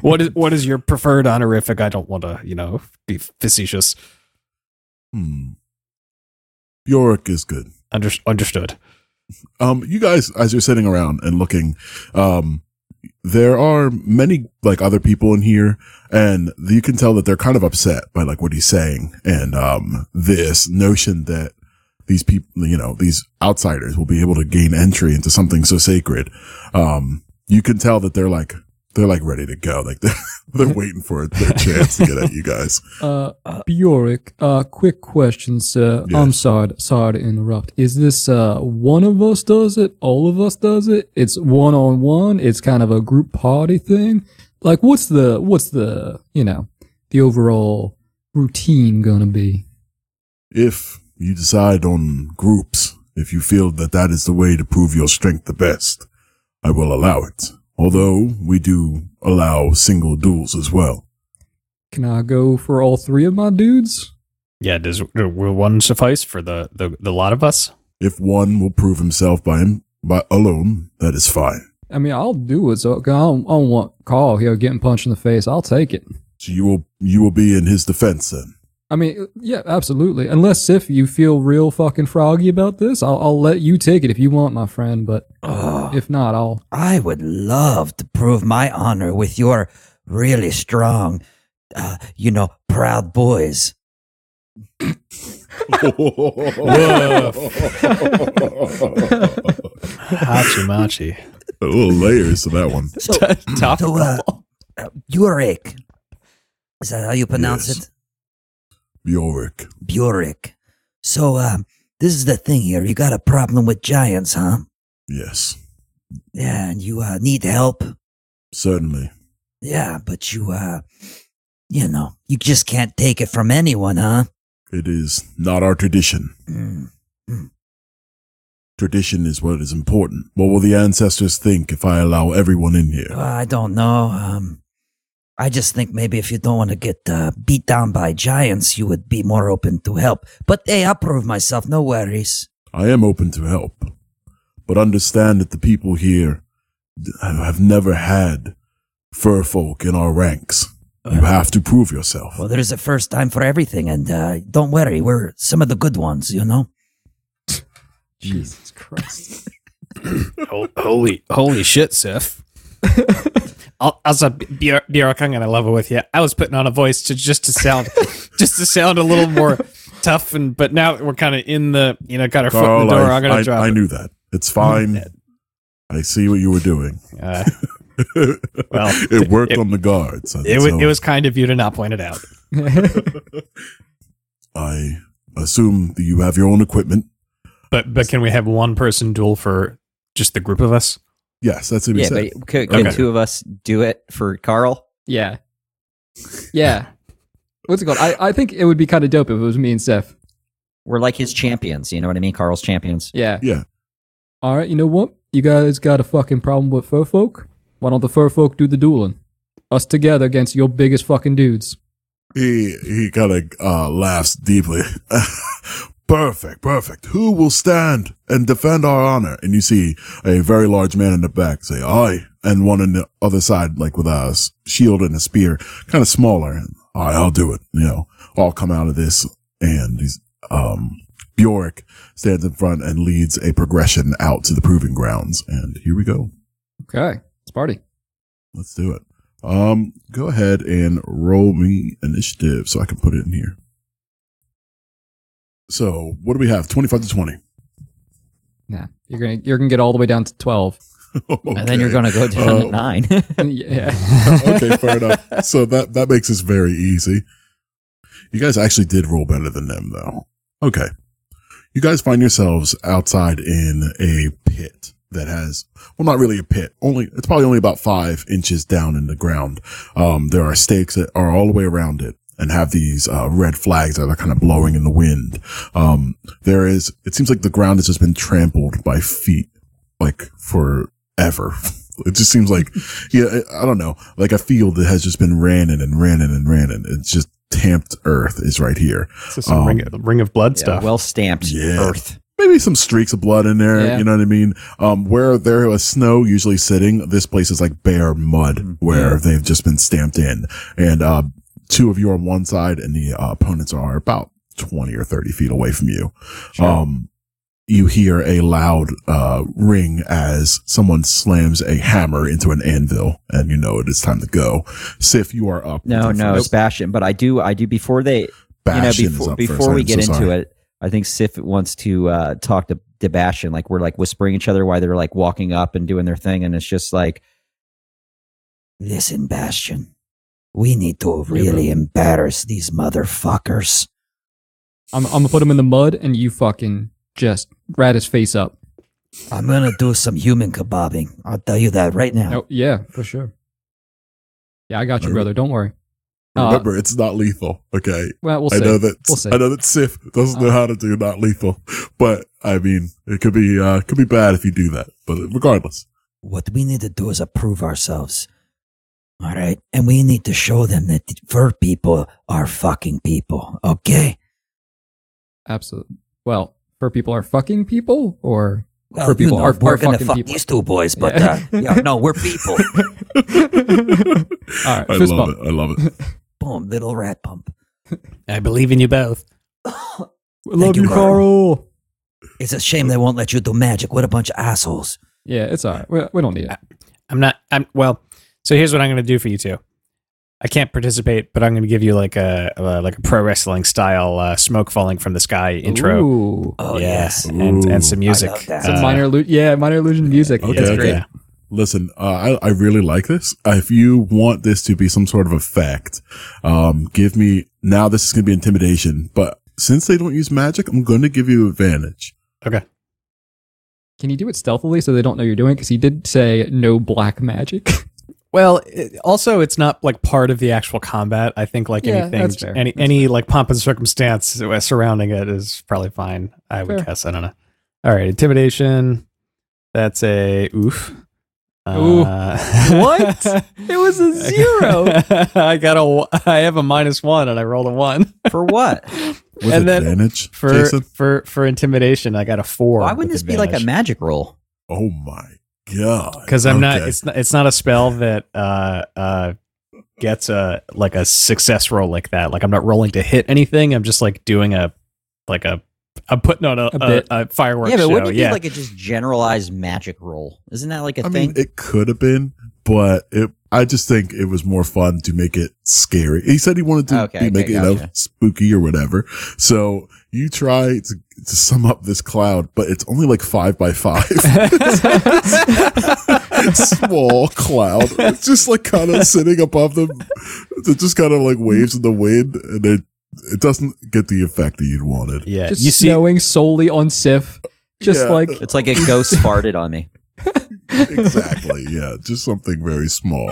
Speaker 5: what is what is your preferred honorific i don't want to you know be facetious
Speaker 1: Hmm. Bjork is good.
Speaker 5: Under, understood
Speaker 1: Um, you guys, as you're sitting around and looking, um, there are many like other people in here and you can tell that they're kind of upset by like what he's saying and, um, this notion that these people, you know, these outsiders will be able to gain entry into something so sacred. Um, you can tell that they're like, they're like ready to go. Like (laughs) they're, they're waiting for their chance to get at you guys.
Speaker 4: Uh, Bjork, uh, quick question, sir. I'm
Speaker 1: Yes.
Speaker 4: sorry, sorry to interrupt. Is this uh, one of us does it? All of us does it? It's one on one. It's kind of a group party thing. Like, what's the what's the you know the overall routine gonna be?
Speaker 1: If you decide on groups, if you feel that that is the way to prove your strength the best, I will allow it. Although we do allow single duels as well.
Speaker 4: Can I go for all three of my dudes?
Speaker 5: yeah does will one suffice for the the, the lot of us
Speaker 1: If one will prove himself by him by alone, that is fine.
Speaker 4: I mean, I'll do it. So 'cause I don't, I don't want Carl here getting punched in the face. I'll take it.
Speaker 1: So you will you will be in his defense then.
Speaker 4: I mean, yeah, absolutely. Unless if you feel real fucking froggy about this, I'll, I'll let you take it if you want, my friend. But
Speaker 6: Oh,
Speaker 4: if not, I'll. (laughs)
Speaker 6: I would love to prove my honor with your really strong, uh, you know, proud boys.
Speaker 5: hachimachi
Speaker 1: A little layers to that one.
Speaker 6: So,
Speaker 5: (laughs) Top
Speaker 6: so uh, uh, Burek. Is that how you pronounce
Speaker 1: Yes.
Speaker 6: it?
Speaker 1: Yorick.
Speaker 6: Burek. So, um, this is the thing here. You got a problem with giants, huh?
Speaker 1: Yes.
Speaker 6: Yeah, and you uh, need help.
Speaker 1: Certainly.
Speaker 6: Yeah, but you, uh, you know, you just can't take it from anyone, huh?
Speaker 1: It is not our tradition.
Speaker 6: Mm.
Speaker 1: Tradition is what is important. What will the ancestors think if I allow everyone in here?
Speaker 6: Uh, I don't know. Um, I just think maybe if you don't want to get uh, beat down by giants, you would be more open to help. But hey, I'll prove myself. No worries.
Speaker 1: I am open to help, but understand that the people here d- have never had fur folk in our ranks.
Speaker 5: Uh-huh.
Speaker 1: You have to prove yourself.
Speaker 6: Well, there's a first time for everything, and uh, don't worry, we're some of the good ones, you know.
Speaker 4: Jesus Christ.
Speaker 5: Hol- holy, holy shit, Sif. I'll- As a Bjor- Bjork, I'm gonna level with you. I was putting on a voice to just to sound, just to (laughs) sound a little more tough, and but now we're kind of in the, you know, got our foot in the door.
Speaker 1: I,
Speaker 5: I'm gonna
Speaker 1: I-
Speaker 5: drop.
Speaker 1: I (laughs)
Speaker 5: it.
Speaker 1: knew that. It's fine. I see what you were doing. (laughs)
Speaker 5: Uh,
Speaker 1: well,
Speaker 5: well,
Speaker 1: it worked
Speaker 5: it-
Speaker 1: on the guards. on
Speaker 5: it
Speaker 1: its
Speaker 5: was
Speaker 1: own.
Speaker 5: it was kind of you to not point it out.
Speaker 1: I assume that you have your own equipment.
Speaker 5: But but can we have one person duel for just the group of us?
Speaker 1: Yes, that's what he
Speaker 3: yeah,
Speaker 1: said.
Speaker 3: but could, could
Speaker 5: Okay.
Speaker 3: two of us do it for Carl?
Speaker 4: yeah. Yeah. What's it called? I, I think it would be kind of dope if it was me and Seth.
Speaker 3: We're like his champions. You know what I mean? Carl's champions.
Speaker 4: Yeah.
Speaker 1: Yeah.
Speaker 4: All right. You know what? You guys got a fucking problem with fur folk? Why don't the fur folk do the dueling? Us together against your biggest fucking dudes.
Speaker 1: He he kind of uh, laughs deeply. (laughs) perfect, perfect. Who will stand and defend our honor? And you see a very large man in the back say, "I," and one on the other side, like with a s- shield and a spear, kind of smaller. I, I'll do it. You know, I'll come out of this. And he's um Bjork stands in front and leads a progression out to the proving grounds. And here we go.
Speaker 4: Okay. It's party.
Speaker 1: Let's do it. Um, go ahead and roll me initiative so I can put it in here. So what do we have? Twenty-five to twenty. (laughs)
Speaker 4: Nah. You're gonna you're gonna get all the way down to (laughs) twelve.
Speaker 3: And then you're
Speaker 1: Okay.
Speaker 3: going to go down
Speaker 1: Oh.
Speaker 3: to (laughs) nine.
Speaker 4: yeah.
Speaker 1: (laughs) okay, fair enough. So that that makes this very easy. You guys actually did roll better than them, though. Okay, you guys find yourselves outside in a pit that has well, not really a pit. Only it's probably only about five inches down in the ground. Um, there are stakes that are all the way around it. And have these uh, red flags that are kind of blowing in the wind. Um, there is, it seems like the ground has just been trampled by feet like forever. (laughs) It just seems like, yeah, I I don't know, like a field that has just been ranning and ranning and ranning. It's just tamped earth is right here.
Speaker 5: So some ring, ring of blood stuff.
Speaker 3: Well stamped
Speaker 1: Yeah.
Speaker 3: earth.
Speaker 1: Maybe some streaks of blood in there.
Speaker 4: Yeah.
Speaker 1: You know what I mean? Um, where there was snow usually sitting, this place is like bare mud
Speaker 3: Mm-hmm.
Speaker 1: where they've just been stamped in. And, uh, two of you on one side and the uh, opponents are about 20 or 30 feet away from you. Um, you hear a loud, uh, ring as someone slams a hammer into an anvil and you know it is time to go. Sif, you are up.
Speaker 3: No, no, it's Bastion. But I do, I do. Before they,
Speaker 1: Bastion
Speaker 3: you
Speaker 1: is
Speaker 3: know, before,
Speaker 1: up first.
Speaker 3: before we
Speaker 1: I'm
Speaker 3: get
Speaker 1: so
Speaker 3: into
Speaker 1: sorry.
Speaker 3: it, I think Sif wants to uh, talk to, to Bastion. Like we're like whispering each other while they're like walking up and doing their thing, and it's just like
Speaker 6: Listen, Bastion. We need to really embarrass these motherfuckers.
Speaker 4: I'm, I'm gonna put him in the mud, and you fucking just rat his face up.
Speaker 6: I'm gonna do some human kebabbing. I'll tell you that right now.
Speaker 4: Oh yeah, for sure. Yeah, I got you, brother. Don't worry. Uh,
Speaker 1: Remember, it's not lethal. Okay.
Speaker 4: well, we'll
Speaker 1: I
Speaker 4: see.
Speaker 1: know that
Speaker 4: We'll see.
Speaker 1: I know that Sif doesn't know
Speaker 4: Uh,
Speaker 1: how to do not lethal, but I mean it could be uh could be bad if you do that. But regardless,
Speaker 6: What we need to do is approve ourselves. All right. And we need to show them that the fur people are fucking people. Okay.
Speaker 4: Absolutely. Well, fur people are fucking people, or
Speaker 6: Well,
Speaker 4: Fur people
Speaker 6: you know,
Speaker 4: are-
Speaker 6: we're
Speaker 4: are
Speaker 6: gonna
Speaker 4: fucking
Speaker 6: fuck
Speaker 4: people.
Speaker 6: these two boys, but
Speaker 4: Yeah.
Speaker 6: uh, yeah, no, we're people.
Speaker 4: all right,
Speaker 1: I
Speaker 4: fist
Speaker 1: love
Speaker 4: bump.
Speaker 1: it. I love
Speaker 4: (laughs)
Speaker 1: it.
Speaker 6: Boom, little rat pump.
Speaker 5: I believe in you both.
Speaker 4: I love
Speaker 6: Thank you,
Speaker 4: you,
Speaker 6: Carl.
Speaker 4: Carl.
Speaker 6: It's a shame they won't let you do magic. What a bunch of assholes.
Speaker 4: Yeah, it's all right. We, we don't need
Speaker 1: Uh,
Speaker 4: it.
Speaker 5: I'm not. I'm well. So here's what I'm going to do for you two. I can't participate, but I'm going to give you like a, a like a pro wrestling style uh, smoke falling from the sky intro.
Speaker 4: Ooh.
Speaker 1: Uh,
Speaker 6: Oh,
Speaker 5: Yeah,
Speaker 6: yes.
Speaker 5: and
Speaker 1: Ooh.
Speaker 5: and some music. Uh,
Speaker 6: love that.
Speaker 4: Some minor illu- yeah, minor illusion music.
Speaker 1: Okay,
Speaker 5: That's
Speaker 1: okay.
Speaker 5: great.
Speaker 1: Listen, uh, I I really like this. If you want this to be some sort of effect, um, give me now. This is gonna be intimidation, but since they don't use magic, I'm going to give you advantage.
Speaker 5: Okay.
Speaker 4: Can you do it stealthily so they don't know you're doing it? Because he did say no black magic. (laughs)
Speaker 5: Well, it, also it's not like part of the actual combat. I think like
Speaker 4: Yeah,
Speaker 5: anything,
Speaker 4: that's fair.
Speaker 5: any
Speaker 4: That's
Speaker 5: any like pomp and circumstance uh, surrounding it is probably fine. I would
Speaker 4: Fair.
Speaker 5: guess. I don't know. All right, intimidation. That's a oof.
Speaker 4: Ooh.
Speaker 5: (laughs)
Speaker 4: What? it was a
Speaker 5: I got (laughs) a. w- I have a minus one, and I rolled a one.
Speaker 3: for what?
Speaker 1: With
Speaker 5: And then
Speaker 1: advantage,
Speaker 5: For
Speaker 1: Jason.
Speaker 5: for for intimidation, I got a four.
Speaker 3: Why wouldn't this be like a magic roll?
Speaker 1: Oh my god!
Speaker 5: Because I'm not.
Speaker 1: Okay.
Speaker 5: It's not. It's not a spell that uh uh gets a like a success roll like that. Like I'm not rolling to hit anything. I'm just like doing a like a. I'm putting on a
Speaker 4: A
Speaker 5: a,
Speaker 4: bit.
Speaker 5: a, fireworks
Speaker 3: yeah, but
Speaker 5: show.
Speaker 3: wouldn't it
Speaker 5: yeah.
Speaker 3: be like a just generalized magic roll? Isn't that like a
Speaker 1: I
Speaker 3: thing?
Speaker 1: mean, it could have been, but it. I just think it was more fun to make it scary. He said he wanted to be,
Speaker 3: Okay, okay,
Speaker 1: make it, you know,
Speaker 3: gotcha.
Speaker 1: spooky or whatever. So you try to, to sum up this cloud, but it's only like five by
Speaker 3: (laughs)
Speaker 1: five. (laughs) Small cloud. It's just like kind of sitting above them. It just kind of like waves in the wind and it, it doesn't get the effect that you'd wanted.
Speaker 5: yeah.
Speaker 4: Just
Speaker 5: Eh, you see.
Speaker 4: snowing solely on Sif. Just
Speaker 1: Yeah.
Speaker 4: like
Speaker 3: it's like a ghost farted on me.
Speaker 1: exactly yeah just something very small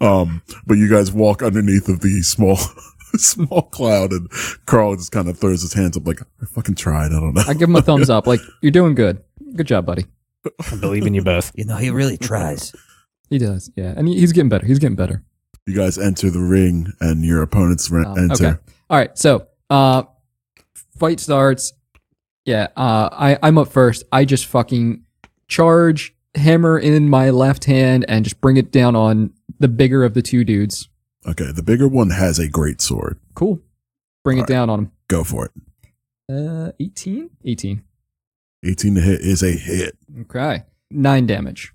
Speaker 1: um but you guys walk underneath of the small (laughs) small cloud and carl just kind of throws his hands up like i fucking tried i don't know
Speaker 4: I give him a thumbs up. Like you're doing good. Good job, buddy.
Speaker 5: I believe in you both.
Speaker 6: You know, he really tries.
Speaker 4: He does. Yeah, and he, he's getting better. He's getting better.
Speaker 1: you guys enter the ring and your opponents re-
Speaker 4: Um,
Speaker 1: enter
Speaker 4: Okay. All right. So, uh, fight starts. Yeah. Uh, I I'm up first. I just fucking charge, hammer in my left hand, and just bring it down on the bigger of the two dudes.
Speaker 1: okay. the bigger one has a great sword
Speaker 4: Cool. Bring
Speaker 1: All
Speaker 4: it down on him.
Speaker 1: go for it
Speaker 4: Uh, 18? 18.
Speaker 1: 18 to hit is a hit
Speaker 4: Okay. Nine damage.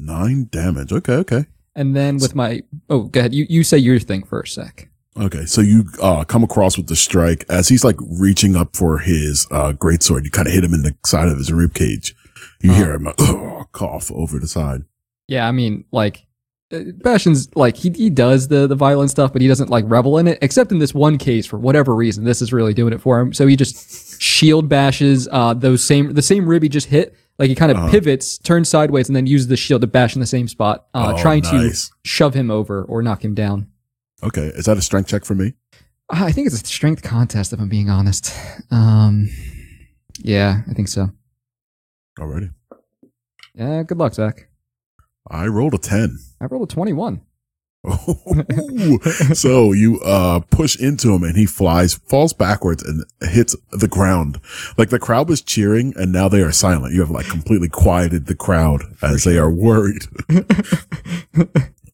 Speaker 1: nine damage okay okay
Speaker 4: And then with my oh, go ahead. You you say your thing for a sec.
Speaker 1: Okay, so you uh, come across with the strike as he's like reaching up for his uh, greatsword. You kind of hit him in the side of his rib cage. You hear him uh, (clears throat) cough over the side.
Speaker 4: Yeah, I mean, like, uh, Bastion's like he he does the the violent stuff, but he doesn't like revel in it, except in this one case for whatever reason. This is really doing it for him. So he just shield bashes uh those same the same rib he just hit. Like he kind of
Speaker 1: Uh-huh.
Speaker 4: pivots, turns sideways, and then uses the shield to bash in the same spot, uh,
Speaker 1: Oh,
Speaker 4: trying
Speaker 1: nice.
Speaker 4: to shove him over or knock him down.
Speaker 1: Okay, is that a strength check for me?
Speaker 4: Uh, I think it's a strength contest, if I'm being honest. Um, yeah, I think so.
Speaker 1: Already.
Speaker 4: Uh, good luck, Zach.
Speaker 1: I rolled a (laughs) 10.
Speaker 4: I rolled
Speaker 1: (laughs)
Speaker 4: a 21.
Speaker 1: so you uh push into him and he flies falls backwards and hits the ground like the crowd was cheering and now they are silent you have like completely quieted the crowd as they are worried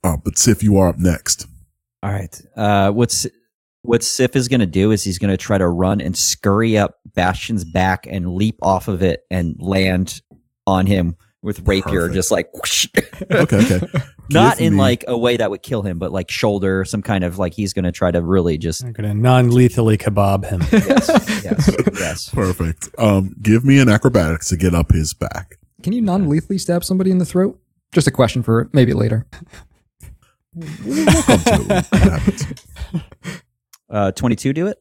Speaker 1: uh, but sif you are up next
Speaker 3: All right. Uh, what's what Sif is going to do is he's going to try to run and scurry up Bastion's back and leap off of it and land on him with rapier,
Speaker 1: Perfect.
Speaker 3: just like whoosh.
Speaker 1: okay okay
Speaker 3: not
Speaker 1: Give
Speaker 3: in
Speaker 1: me-
Speaker 3: like a way that would kill him, but like shoulder, some kind of like he's going to try to really
Speaker 4: (laughs)
Speaker 3: just
Speaker 5: I'm gonna non-lethally kebab him.
Speaker 3: yes, (laughs) yes, yes.
Speaker 1: perfect um give me an acrobatics to get up his back
Speaker 4: Can you non lethally stab somebody in the throat? Just a question for maybe later.
Speaker 1: we'll come to it when it happens.
Speaker 3: Uh, Twenty-two, do it.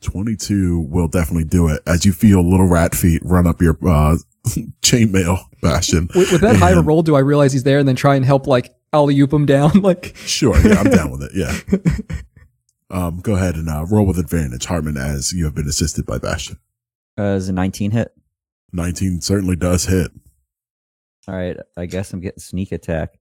Speaker 1: 22 will definitely do it as you feel little rat feet run up your uh (laughs) chainmail bastion
Speaker 4: With, with that high of a
Speaker 1: And-
Speaker 4: roll, do I realize he's there and then try and help like alley oop him down? (laughs) Like,
Speaker 1: Sure, yeah, I'm down with it. Yeah.
Speaker 3: (laughs)
Speaker 1: Um, go ahead and uh, roll with advantage, Hartman, as you have been assisted by Bastion.
Speaker 3: Uh, is a nineteen hit?
Speaker 1: 19 certainly does hit.
Speaker 3: All right, I guess I'm getting sneak attack.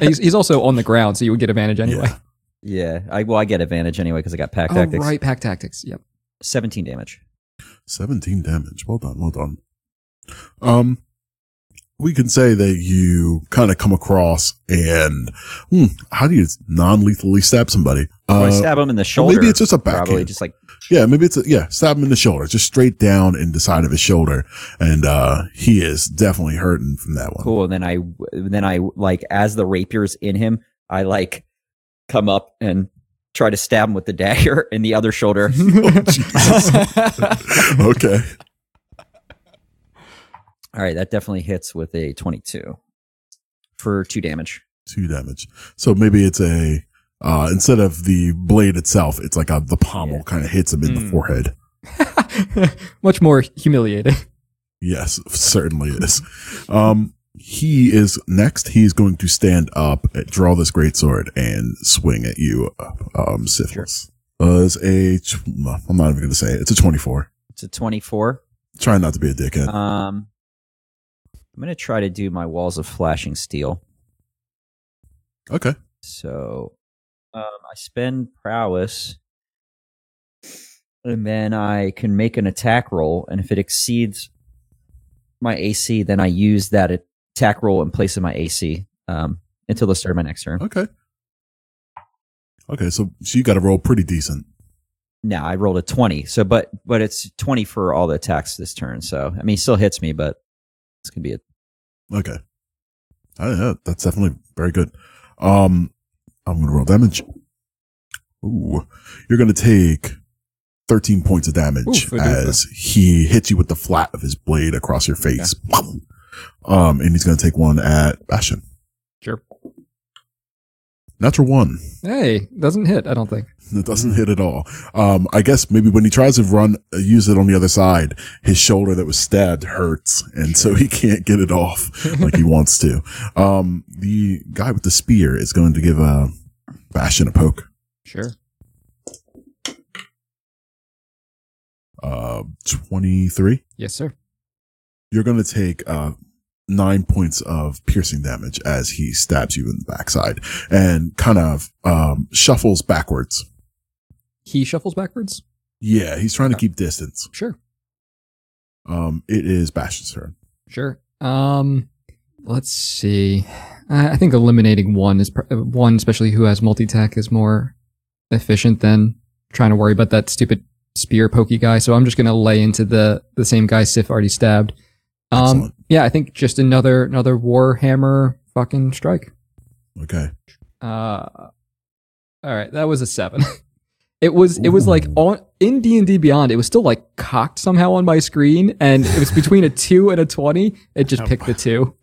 Speaker 4: he's, he's also on the ground, so you would get advantage anyway.
Speaker 1: Yeah.
Speaker 3: Yeah, I well, I get advantage anyway because I got pack
Speaker 4: Oh,
Speaker 3: tactics.
Speaker 4: right, pack tactics. Yep.
Speaker 3: Seventeen damage.
Speaker 1: 17 damage. Well done. Well done. Um, we can say that you kind of come across and hmm, how do you non lethally stab somebody?
Speaker 3: Oh, I
Speaker 1: Uh,
Speaker 3: stab him in the
Speaker 1: well,
Speaker 3: shoulder.
Speaker 1: maybe it's just a backhand.
Speaker 3: probably just like
Speaker 1: Yeah, maybe it's a, yeah, stab him in the shoulder, just straight down in the side of his shoulder, and uh, he is definitely hurting from that one.
Speaker 3: cool. And then I, then I like as the rapier's in him, I like come up and try to stab him with the (laughs) dagger in the other
Speaker 1: (laughs)
Speaker 3: shoulder.
Speaker 1: (laughs) okay.
Speaker 3: All right, that definitely hits with a twenty-two for two damage.
Speaker 1: two damage. So maybe it's a uh, instead of the blade itself, it's like a, the pommel
Speaker 3: Yeah. Hmm.
Speaker 1: kind of hits him in the
Speaker 5: Mm.
Speaker 1: forehead.
Speaker 4: (laughs) Much more humiliating.
Speaker 1: Yes, (laughs) certainly is. Um, he is next. He's going to stand up, uh, draw this great sword, and swing at you, uh, um, Syphilis. Uh, it's a. tw- no, I'm not even going to say it. It's a 24.
Speaker 3: It's a twenty-four.
Speaker 1: Try not to be a dickhead.
Speaker 3: Um, I'm gonna try to do my walls of flashing steel.
Speaker 1: okay.
Speaker 3: So um, I spend prowess, and then I can make an attack roll, and if it exceeds my AC, then I use that attack roll in place of my AC um, until the start of my next turn.
Speaker 1: Okay. Okay. So, so you got to roll pretty decent.
Speaker 3: No, I rolled a twenty, so but but it's twenty for all the attacks this turn. So I mean, it still hits me, but it's gonna be a
Speaker 1: Okay. I yeah, that's definitely very good. Um, I'm going to roll damage. Ooh, you're going to take 13 points of damage
Speaker 4: Oof, I do
Speaker 1: as he hits you with the flat of his blade across your face. Um, and he's going to take one at Bastion.
Speaker 4: Sure.
Speaker 1: Natural one.
Speaker 4: Hey, doesn't hit, I don't think.
Speaker 1: It doesn't hit at all. Um, I guess maybe when he tries to run, uh, use it on the other side, his shoulder that was stabbed hurts. And so he can't get it off like he wants to. Um, the guy with the spear is going to give a Bastion a poke.
Speaker 4: Sure.
Speaker 1: Uh, 23.
Speaker 4: Yes, sir.
Speaker 1: You're going to take, uh, nine points of piercing damage as he stabs you in the backside and kind of, um, shuffles backwards.
Speaker 4: He shuffles backwards?
Speaker 1: Yeah. He's trying to keep distance.
Speaker 4: Sure.
Speaker 1: Um, it is Bastion's turn.
Speaker 4: Sure. Um, let's see. I, I think eliminating one is pr- uh, one, especially who has multi tech, is more efficient than trying to worry about that stupid spear pokey guy. So I'm just gonna lay into the the same guy Sif already stabbed. Um,
Speaker 1: Excellent.
Speaker 4: yeah, I think just another another warhammer fucking strike.
Speaker 1: Okay.
Speaker 4: Uh, all right, that was a seven. (laughs) It was it was like on in D and D Beyond. It was still like cocked somehow on my screen, and it was between a two and a twenty. It just
Speaker 5: Oh.
Speaker 4: picked the two.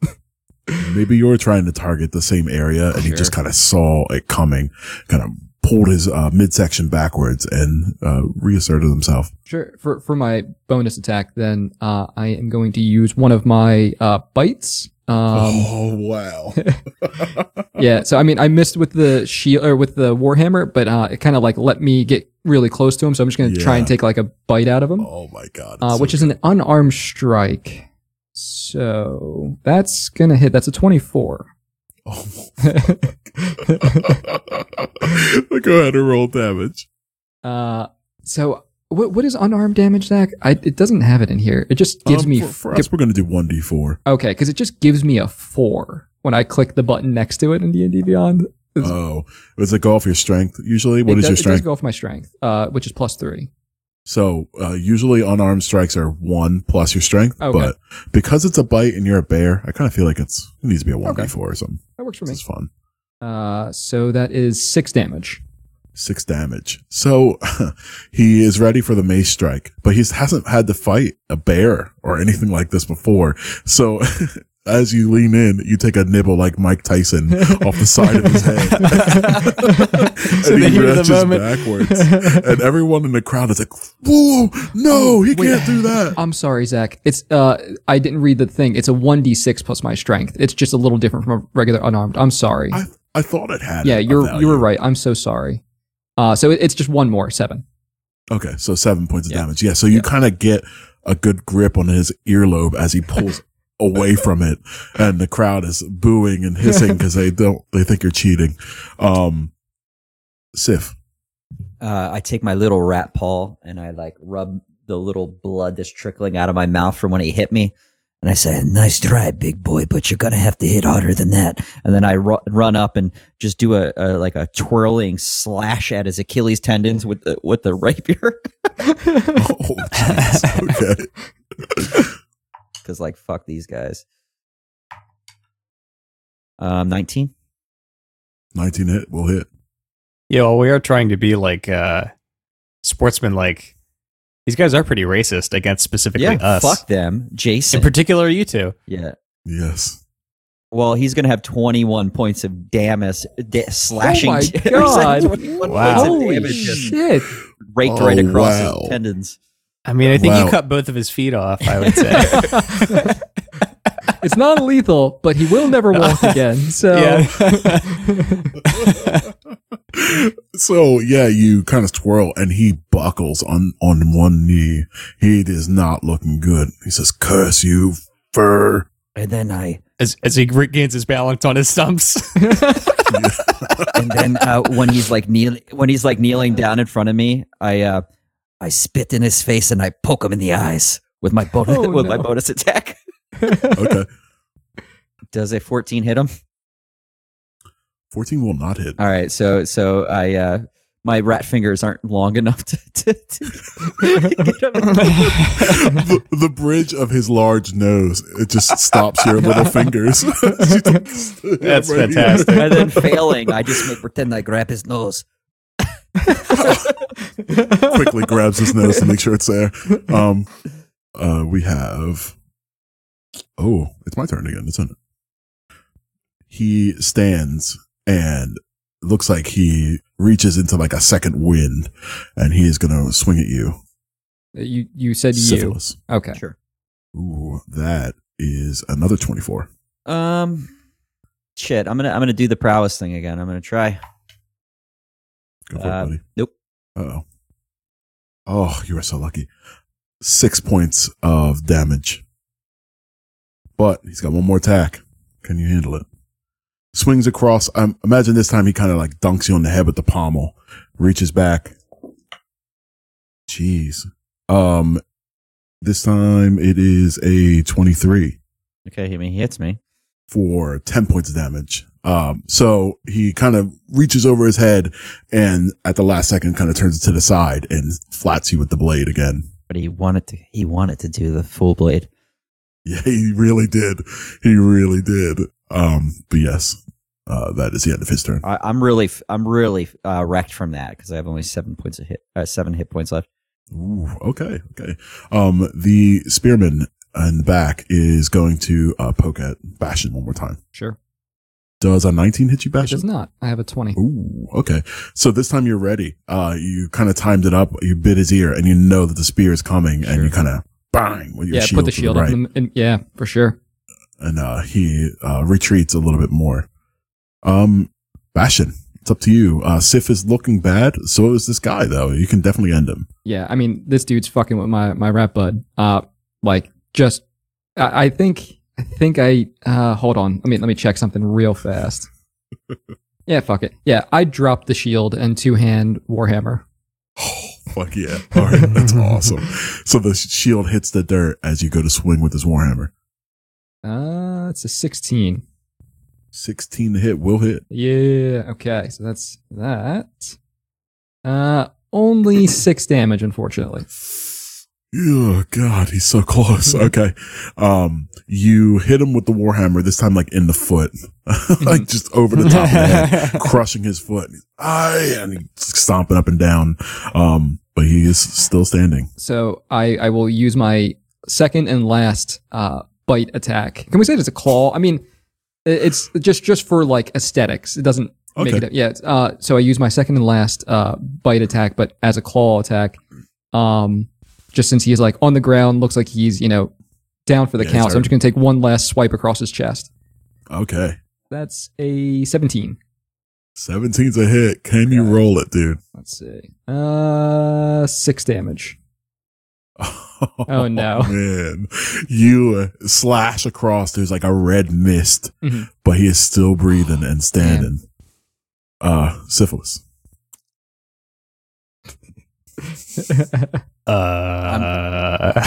Speaker 1: Maybe you were trying to target the same area and he
Speaker 4: Sure.
Speaker 1: just kind of saw it coming, kind of pulled his uh, midsection backwards and uh, reasserted himself.
Speaker 4: Sure. For for my bonus attack, then uh, I am going to use one of my uh, bites.
Speaker 1: (laughs)
Speaker 4: Um,
Speaker 1: oh,
Speaker 4: (laughs)
Speaker 1: wow.
Speaker 4: Yeah. So I mean, I missed with the shield or with the warhammer, but uh, it kind of like let me get really close to him. So I'm just going to try
Speaker 1: Yeah.
Speaker 4: and take like a bite out of him,
Speaker 1: oh, my God.
Speaker 4: uh,
Speaker 1: It's
Speaker 4: which
Speaker 1: so
Speaker 4: is an unarmed strike. So that's gonna hit. That's
Speaker 1: (laughs)
Speaker 4: a twenty-four.
Speaker 1: (laughs) Oh. (laughs) Go ahead and roll damage.
Speaker 4: Uh, so what what is unarmed damage, Zach? I, it doesn't have it in here. It just gives
Speaker 1: Um,
Speaker 4: me
Speaker 1: for, for
Speaker 4: gi-
Speaker 1: us, we're gonna do one d four.
Speaker 4: okay because it just gives me a four when I click the button next to it in D and D Beyond. It's-
Speaker 1: Oh, does it go off your strength usually? What
Speaker 4: it
Speaker 1: is
Speaker 4: does,
Speaker 1: your
Speaker 4: It does
Speaker 1: strength?
Speaker 4: go off my strength, uh, which is plus three.
Speaker 1: So uh, usually unarmed strikes are one plus your strength,
Speaker 4: Okay.
Speaker 1: but because it's a bite and you're a bear, I kind of feel like it's it needs to be a one
Speaker 4: Okay.
Speaker 1: d four or something.
Speaker 4: That works for
Speaker 1: This
Speaker 4: me.
Speaker 1: is fun.
Speaker 4: Uh, so that is six damage.
Speaker 1: Six damage. So (laughs) he is ready for the mace strike, but he hasn't had to fight a bear or anything like this before. So (laughs) as you lean in, you take a nibble like Mike
Speaker 5: (laughs)
Speaker 1: Tyson off the side of his head. (laughs)
Speaker 5: So
Speaker 1: and
Speaker 5: then
Speaker 1: he
Speaker 5: you're the
Speaker 1: retches
Speaker 5: moment.
Speaker 1: backwards.
Speaker 5: (laughs)
Speaker 1: and everyone in the crowd is like, whoa, no, he
Speaker 4: Wait.
Speaker 1: can't do that.
Speaker 4: I'm sorry, Zach. It's uh, I didn't read the thing. It's a one d six plus my strength. It's just a little different from a regular unarmed. I'm sorry.
Speaker 1: I, I thought it had.
Speaker 4: yeah,
Speaker 1: a
Speaker 4: you're you
Speaker 1: value.
Speaker 4: were right. I'm so sorry. Uh, so it, it's just one more seven.
Speaker 1: Okay, so seven points of
Speaker 4: Yeah.
Speaker 1: damage. Yeah, so you kind of get a good grip on his earlobe as he
Speaker 4: (laughs)
Speaker 1: pulls away from it, and the crowd is booing and hissing because they don't they think you're cheating. Um, Sif, (laughs)
Speaker 3: uh, I take my little rat paw and I like rub the little blood that's trickling out of my mouth from when he hit me. And I say, nice try, big boy, but you're going to have to hit harder than that. And then I ru- run up and just do a, a like a twirling slash at his Achilles tendons with the, with the rapier. (laughs)
Speaker 1: oh, jeez.
Speaker 4: (laughs)
Speaker 1: okay,
Speaker 3: Cause like, fuck these guys. Um, 19.
Speaker 1: nineteen hit will hit.
Speaker 5: Yo, we are trying to be like uh sportsmen like these guys are pretty racist against specifically
Speaker 3: Yeah.
Speaker 5: us.
Speaker 3: Fuck them. Jason.
Speaker 5: In particular you two.
Speaker 3: yeah.
Speaker 1: Yes,
Speaker 3: Well, he's going to have 21 points of damage, da- slashing. (laughs)
Speaker 4: my
Speaker 3: damage.
Speaker 4: God.
Speaker 3: 21
Speaker 5: Wow.
Speaker 3: points of
Speaker 4: Holy
Speaker 3: damage just
Speaker 4: shit!
Speaker 3: raked
Speaker 1: Oh,
Speaker 3: right across
Speaker 1: wow.
Speaker 3: his tendons.
Speaker 5: I mean, I think
Speaker 1: Wow.
Speaker 5: you cut both of his feet off, I
Speaker 3: (laughs)
Speaker 5: would say.
Speaker 4: It's not lethal, but he will
Speaker 1: (laughs)
Speaker 4: never walk again. So
Speaker 3: (laughs)
Speaker 1: so yeah, you kind of twirl, and he buckles on on one knee. He is not looking good. He says, "Curse you,
Speaker 4: (laughs)
Speaker 1: fur."
Speaker 6: And then I,
Speaker 5: as, as he regains his balance on his stumps.
Speaker 3: And then uh, when he's like kneeling, when he's like kneeling down in front of me, I uh,
Speaker 6: I spit in his face and I poke him in the eyes with my bonus.
Speaker 4: Oh,
Speaker 3: with my
Speaker 4: no.
Speaker 3: bonus attack,
Speaker 1: Okay,
Speaker 3: does a 14 hit him?
Speaker 1: fourteen will not hit.
Speaker 3: All right, so so I uh, my rat fingers aren't long enough to, to, to (laughs) get him.
Speaker 1: the, the bridge of his large nose it just stops your little fingers (laughs) that's (laughs)
Speaker 5: That's fantastic.
Speaker 3: And then failing, I just make
Speaker 6: Pretend I grab his nose.
Speaker 1: quickly grabs his nose to make sure it's there um uh we have oh it's my turn again isn't it he stands and looks like he reaches into like a second wind and he is gonna swing at you
Speaker 4: you you said you
Speaker 1: syphilis
Speaker 4: okay.
Speaker 3: sure.
Speaker 1: ooh that is another 24
Speaker 3: Um, shit, I'm gonna I'm gonna do the prowess thing again. I'm gonna try.
Speaker 1: Go for
Speaker 3: Uh,
Speaker 1: it, buddy.
Speaker 3: nope.
Speaker 1: Uh-oh. Oh, you are so lucky. Six points of damage. But he's got one more attack. Can you handle it? Swings across. Um, imagine this time he kind of like dunks you on the head with the pommel, reaches back. Jeez. Um, this time it is a 23
Speaker 3: Okay, I mean he hits me.
Speaker 1: for 10 points of damage. Um, so he kind of reaches over his head and at the last second kind of turns it to the side and flats you with the blade again. (laughs)
Speaker 3: but he wanted to he wanted to do the full blade.
Speaker 1: Yeah, he really did. He really did. Um, but yes, uh, that is the end of his turn.
Speaker 3: I, I'm really f- I'm really uh, wrecked from that because I have only seven points of hit uh, seven hit points left.
Speaker 1: Ooh, okay. Okay. Um, the spearman in the back is going to, uh, poke at Bastion one more time.
Speaker 4: Sure.
Speaker 1: Does a 19 hit you,
Speaker 4: It
Speaker 1: Bastion?
Speaker 4: does not. I have a twenty.
Speaker 1: Ooh, okay. So this time you're ready. Uh, you kind of timed it up. You bit his ear, and you know that the spear is coming, and
Speaker 4: Sure.
Speaker 1: you kind of bang with your
Speaker 4: Yeah,
Speaker 1: shield.
Speaker 4: put the
Speaker 1: to
Speaker 4: shield
Speaker 1: right,
Speaker 4: up. In the, in, yeah, for sure.
Speaker 1: and uh, he uh, retreats a little bit more. Um, Bastion, it's up to you. Uh, Sif is looking bad. So is this guy, though. You can
Speaker 4: (laughs)
Speaker 1: definitely end him.
Speaker 4: Yeah, I mean, this dude's fucking with my my rat bud. Uh, like just I, I think I think I uh, hold on. Let me let me check something
Speaker 1: (laughs)
Speaker 4: real fast. yeah, fuck it. Yeah, I dropped the shield and two hand warhammer.
Speaker 1: Oh, Fuck yeah. All right. That's
Speaker 4: (laughs)
Speaker 1: awesome. So the shield hits the dirt as you go to swing with his Warhammer.
Speaker 4: Uh, it's a sixteen.
Speaker 1: 16 to hit will hit.
Speaker 4: Yeah. Okay. So that's that. Uh, only six damage, unfortunately.
Speaker 1: Oh God, he's so
Speaker 4: (laughs)
Speaker 1: close. Okay. Um, you hit him with the Warhammer, this time like in the foot, (laughs) like just over the top of the head,
Speaker 4: (laughs)
Speaker 1: crushing his foot. Aye, and he's stomping up and down. Um, but he is still standing.
Speaker 4: So I, I will use my second and last uh, bite attack. Can we say it's a claw? I mean, i- it's just just for like aesthetics. It doesn't make
Speaker 1: Okay.
Speaker 4: it. Yeah. it's, Uh, so I use my second and last uh, bite attack, but as a claw attack. Um, just since he's like on the ground, looks like he's you know down for the
Speaker 1: Yeah, he's
Speaker 4: count. So I'm
Speaker 1: hurt.
Speaker 4: just gonna take one last swipe across his chest.
Speaker 1: Okay.
Speaker 4: That's a 17.
Speaker 1: 17's a hit. Can you roll it, dude?
Speaker 4: Let's see. Uh, six damage. (laughs) Oh, no.
Speaker 1: (laughs) Man, you uh, slash across. There's like a red mist,
Speaker 4: Mhm.
Speaker 1: but he is still breathing and standing. Uh, syphilis.
Speaker 5: Uh,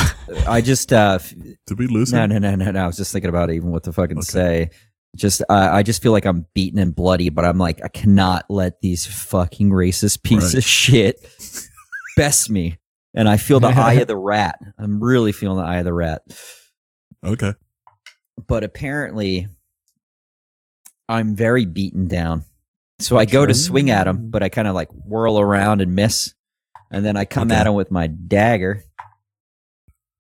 Speaker 3: I just uh, f-
Speaker 1: Did we lose
Speaker 3: no
Speaker 1: him?
Speaker 3: no no no no. I was just thinking about even what to fucking
Speaker 1: Okay.
Speaker 3: say. Just I I just feel like I'm beaten and bloody, but I'm like I cannot let these fucking racist pieces
Speaker 1: Right. (laughs)
Speaker 3: of shit best me. And I feel the eye of the rat. I'm really feeling the eye of the rat.
Speaker 1: Okay.
Speaker 3: But apparently, I'm very beaten down. So I go to swing at him, but I kind of like whirl around and miss. And then I come
Speaker 1: Okay.
Speaker 3: at him with my dagger.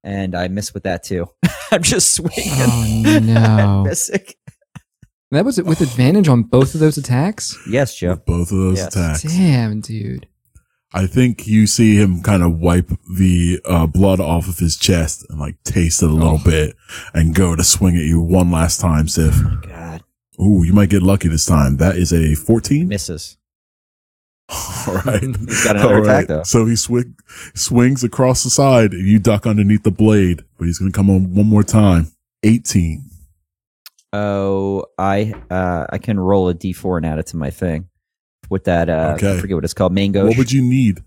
Speaker 3: And I miss with that too. (laughs) I'm just swinging. (laughs)
Speaker 4: Oh, no.
Speaker 3: at Misick.
Speaker 4: That was it with advantage on both of those attacks?
Speaker 3: Yes, Joe.
Speaker 1: With both of those
Speaker 3: Yes.
Speaker 1: attacks.
Speaker 4: Damn, dude.
Speaker 1: I think you see him kind of wipe the uh, blood off of his chest and like taste it a little bit and go to swing at you one last time, Sif.
Speaker 3: God.
Speaker 1: Ooh, you might get lucky this time. That is a 14. (laughs)
Speaker 3: Misses.
Speaker 1: All right.
Speaker 3: (laughs) He's got another
Speaker 1: All right.
Speaker 3: attack, though.
Speaker 1: So he swig- swings across the side and you duck underneath the blade, but he's going to come on one more time. 18.
Speaker 3: Oh, I uh, I can roll a d4 and add it to my thing with that. Uh,
Speaker 1: Okay.
Speaker 3: I forget what it's called. Mango.
Speaker 1: What would you need?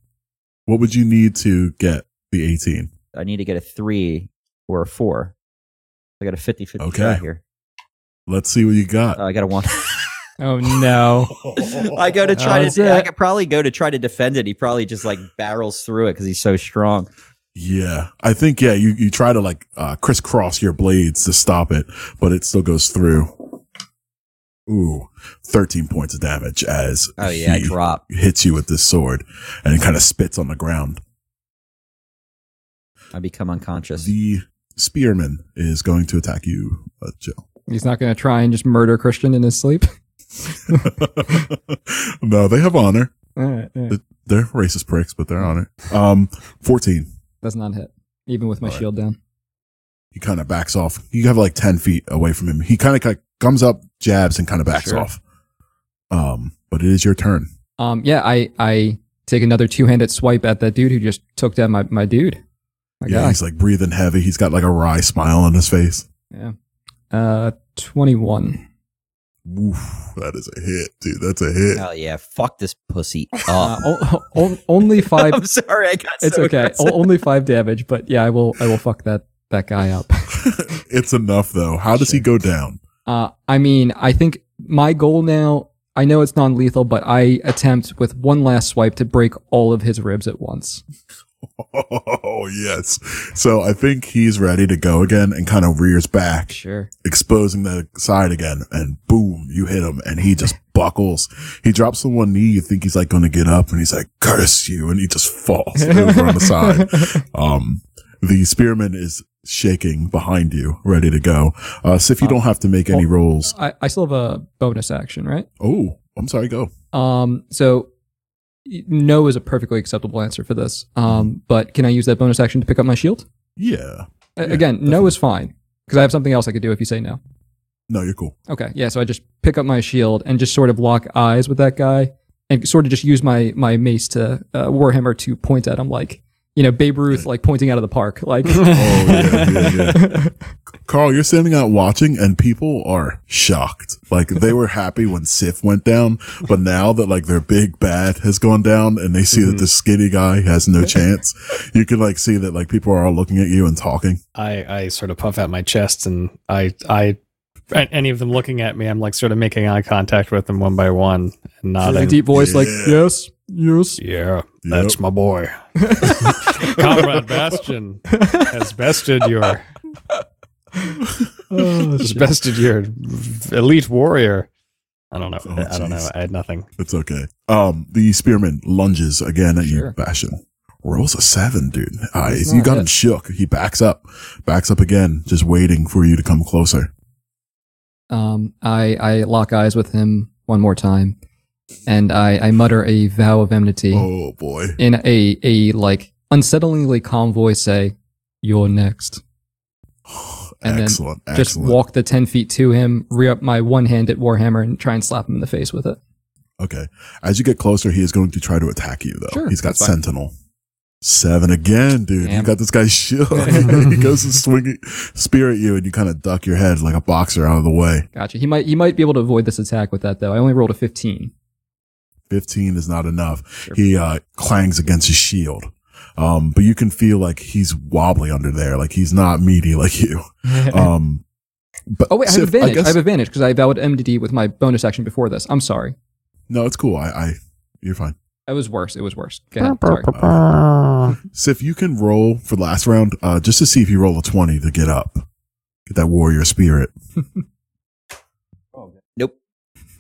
Speaker 1: What would you need to get the 18?
Speaker 3: I need to get a three or a four. I got a 50 50
Speaker 1: Okay.
Speaker 3: shot here.
Speaker 1: Let's see what you got.
Speaker 3: Uh, (laughs) I got a
Speaker 4: (laughs)
Speaker 3: one.
Speaker 4: Oh, no.
Speaker 1: (laughs)
Speaker 3: I go to try
Speaker 4: That's
Speaker 3: to. I
Speaker 4: it.
Speaker 3: could probably go to try to defend it. He probably just like barrels through it because he's so strong.
Speaker 1: Yeah, I think yeah. You you try to like uh, crisscross your blades to stop it, but it still goes through. Ooh, thirteen points of damage as
Speaker 3: Oh yeah, I
Speaker 1: he
Speaker 3: drop.
Speaker 1: hits you with this sword, and it kind of spits on the ground.
Speaker 3: I become unconscious.
Speaker 1: The spearman is going to attack you, uh, Jill. (laughs)
Speaker 4: He's not going to try and just murder Christian in his sleep.
Speaker 1: no, they have honor.
Speaker 4: (laughs) All right, all right.
Speaker 1: They're racist pricks, but they're honor. Um, fourteen.
Speaker 4: That's not hit, even with my
Speaker 1: All right.
Speaker 4: shield down.
Speaker 1: He kind of backs off. You have like ten feet away from him. He kind of comes up, jabs, and kind of backs
Speaker 4: Sure.
Speaker 1: off. Um, but it is your turn.
Speaker 4: Um, yeah, I, I take another two handed swipe at that dude who just took down my, my dude. My
Speaker 1: yeah,
Speaker 4: guy.
Speaker 1: he's like breathing heavy. He's got like a wry smile on his face.
Speaker 4: Uh, 21.
Speaker 1: Oof, that is a hit, dude. That's a hit.
Speaker 3: Hell yeah! Fuck this
Speaker 4: (laughs)
Speaker 3: pussy
Speaker 4: Uh,
Speaker 3: up.
Speaker 4: o- o- only (laughs) five.
Speaker 3: I'm sorry, I got.
Speaker 4: Oh, It's
Speaker 3: so
Speaker 4: okay.
Speaker 3: aggressive.
Speaker 4: O- only five damage, but yeah, I will. I will fuck that that guy up.
Speaker 1: (laughs)
Speaker 4: (laughs)
Speaker 1: it's enough though. How does he go down? (laughs)
Speaker 4: Uh, I mean, I think my goal now. I know it's non-lethal, but I attempt with one last swipe to break all of his ribs at once.
Speaker 1: Oh yes. So I think he's ready to go again and kind of rears back,
Speaker 4: Sure.
Speaker 1: exposing the side again, and boom, you hit him and he
Speaker 4: (laughs)
Speaker 1: just buckles. He drops to one knee, you think he's like gonna get up and he's like, curse you, and he just
Speaker 4: (laughs)
Speaker 1: falls over on the side. Um, the spearman is shaking behind you, ready to go. Uh, so if you
Speaker 4: Uh,
Speaker 1: don't have to make any
Speaker 4: oh.
Speaker 1: rolls.
Speaker 4: I, I still have a bonus action, right?
Speaker 1: Oh, I'm sorry. Go.
Speaker 4: Um, so y- no is a perfectly acceptable answer for this. Um, but can I use that bonus action to pick up my shield?
Speaker 1: Yeah.
Speaker 4: A-
Speaker 1: Yeah,
Speaker 4: Again, no is fine because I have something else I could do if you say no.
Speaker 1: No, you're cool.
Speaker 4: Okay, yeah. So I just pick up my shield and just sort of lock eyes with that guy, and sort of just use my my mace to uh, warhammer to point at him, like you know, Babe Ruth like pointing out of the park. Like,
Speaker 1: Oh yeah, yeah, yeah.
Speaker 4: (laughs)
Speaker 1: Carl, you're standing out watching, and people are shocked. Like they were happy when Sif went down, but now that like their big bad has gone down, and they see that
Speaker 4: Mm-hmm.
Speaker 1: this skinny guy has no chance, you can like see that like people are all looking at you and talking.
Speaker 5: I, I sort of puff out my chest and I I a- any of them looking at me, I'm like sort of making eye contact with them one by one and
Speaker 4: a
Speaker 5: nodding.
Speaker 4: deep voice, like, yes, yes.
Speaker 5: (laughs) Yeah, that's my (laughs) boy. Comrade Bastion has bested your
Speaker 4: Oh,
Speaker 5: has
Speaker 4: shit.
Speaker 5: bested your elite warrior. I don't know.
Speaker 1: Oh,
Speaker 5: I don't know.
Speaker 1: jeez.
Speaker 5: I had nothing.
Speaker 1: It's okay. Um, the spearman lunges again at
Speaker 4: Sure.
Speaker 1: you, Bastion. Rolls a seven, dude. Uh,
Speaker 4: That's
Speaker 1: you
Speaker 4: not
Speaker 1: got
Speaker 4: it.
Speaker 1: him shook. He backs up, backs up again, just waiting for you to come closer.
Speaker 4: Um, I, I lock eyes with him one more time, and I, I mutter a vow of enmity
Speaker 1: Oh boy.
Speaker 4: in a, a like unsettlingly calm voice. Say, "You're next." And then
Speaker 1: excellent.
Speaker 4: Just
Speaker 1: excellent.
Speaker 4: walk the ten feet to him, re up my one hand at Warhammer, and try and slap him in the face with it.
Speaker 1: Okay. As you get closer, he is going to try to attack you, though.
Speaker 4: Sure,
Speaker 1: He's got
Speaker 4: that's fine.
Speaker 1: Sentinel. Seven again, dude. You
Speaker 4: Damn.
Speaker 1: got this guy
Speaker 4: (laughs)
Speaker 1: shook. (laughs) he goes and swing spear at you, and you kind of duck your head like a boxer out of the way.
Speaker 4: Gotcha. He might he might be able to avoid this attack with that though. I only rolled a fifteen.
Speaker 1: 15 is not enough. He uh, clangs against his shield. Um, but you can feel like he's wobbly under there. Like he's not meaty like
Speaker 4: (laughs)
Speaker 1: you. Um, but
Speaker 4: Oh wait, I have
Speaker 1: Sif,
Speaker 4: advantage. I,
Speaker 1: guess-
Speaker 4: have advantage because I vowed enmity with my bonus action before this. I'm sorry.
Speaker 1: no, it's cool. I, I, you're fine.
Speaker 4: It was worse. It was worse. Go ahead. Sorry.
Speaker 1: So if you can roll for the last round, uh, just to see if you roll a 20 to get up, get that warrior spirit.
Speaker 4: oh.
Speaker 1: (laughs)
Speaker 3: Nope.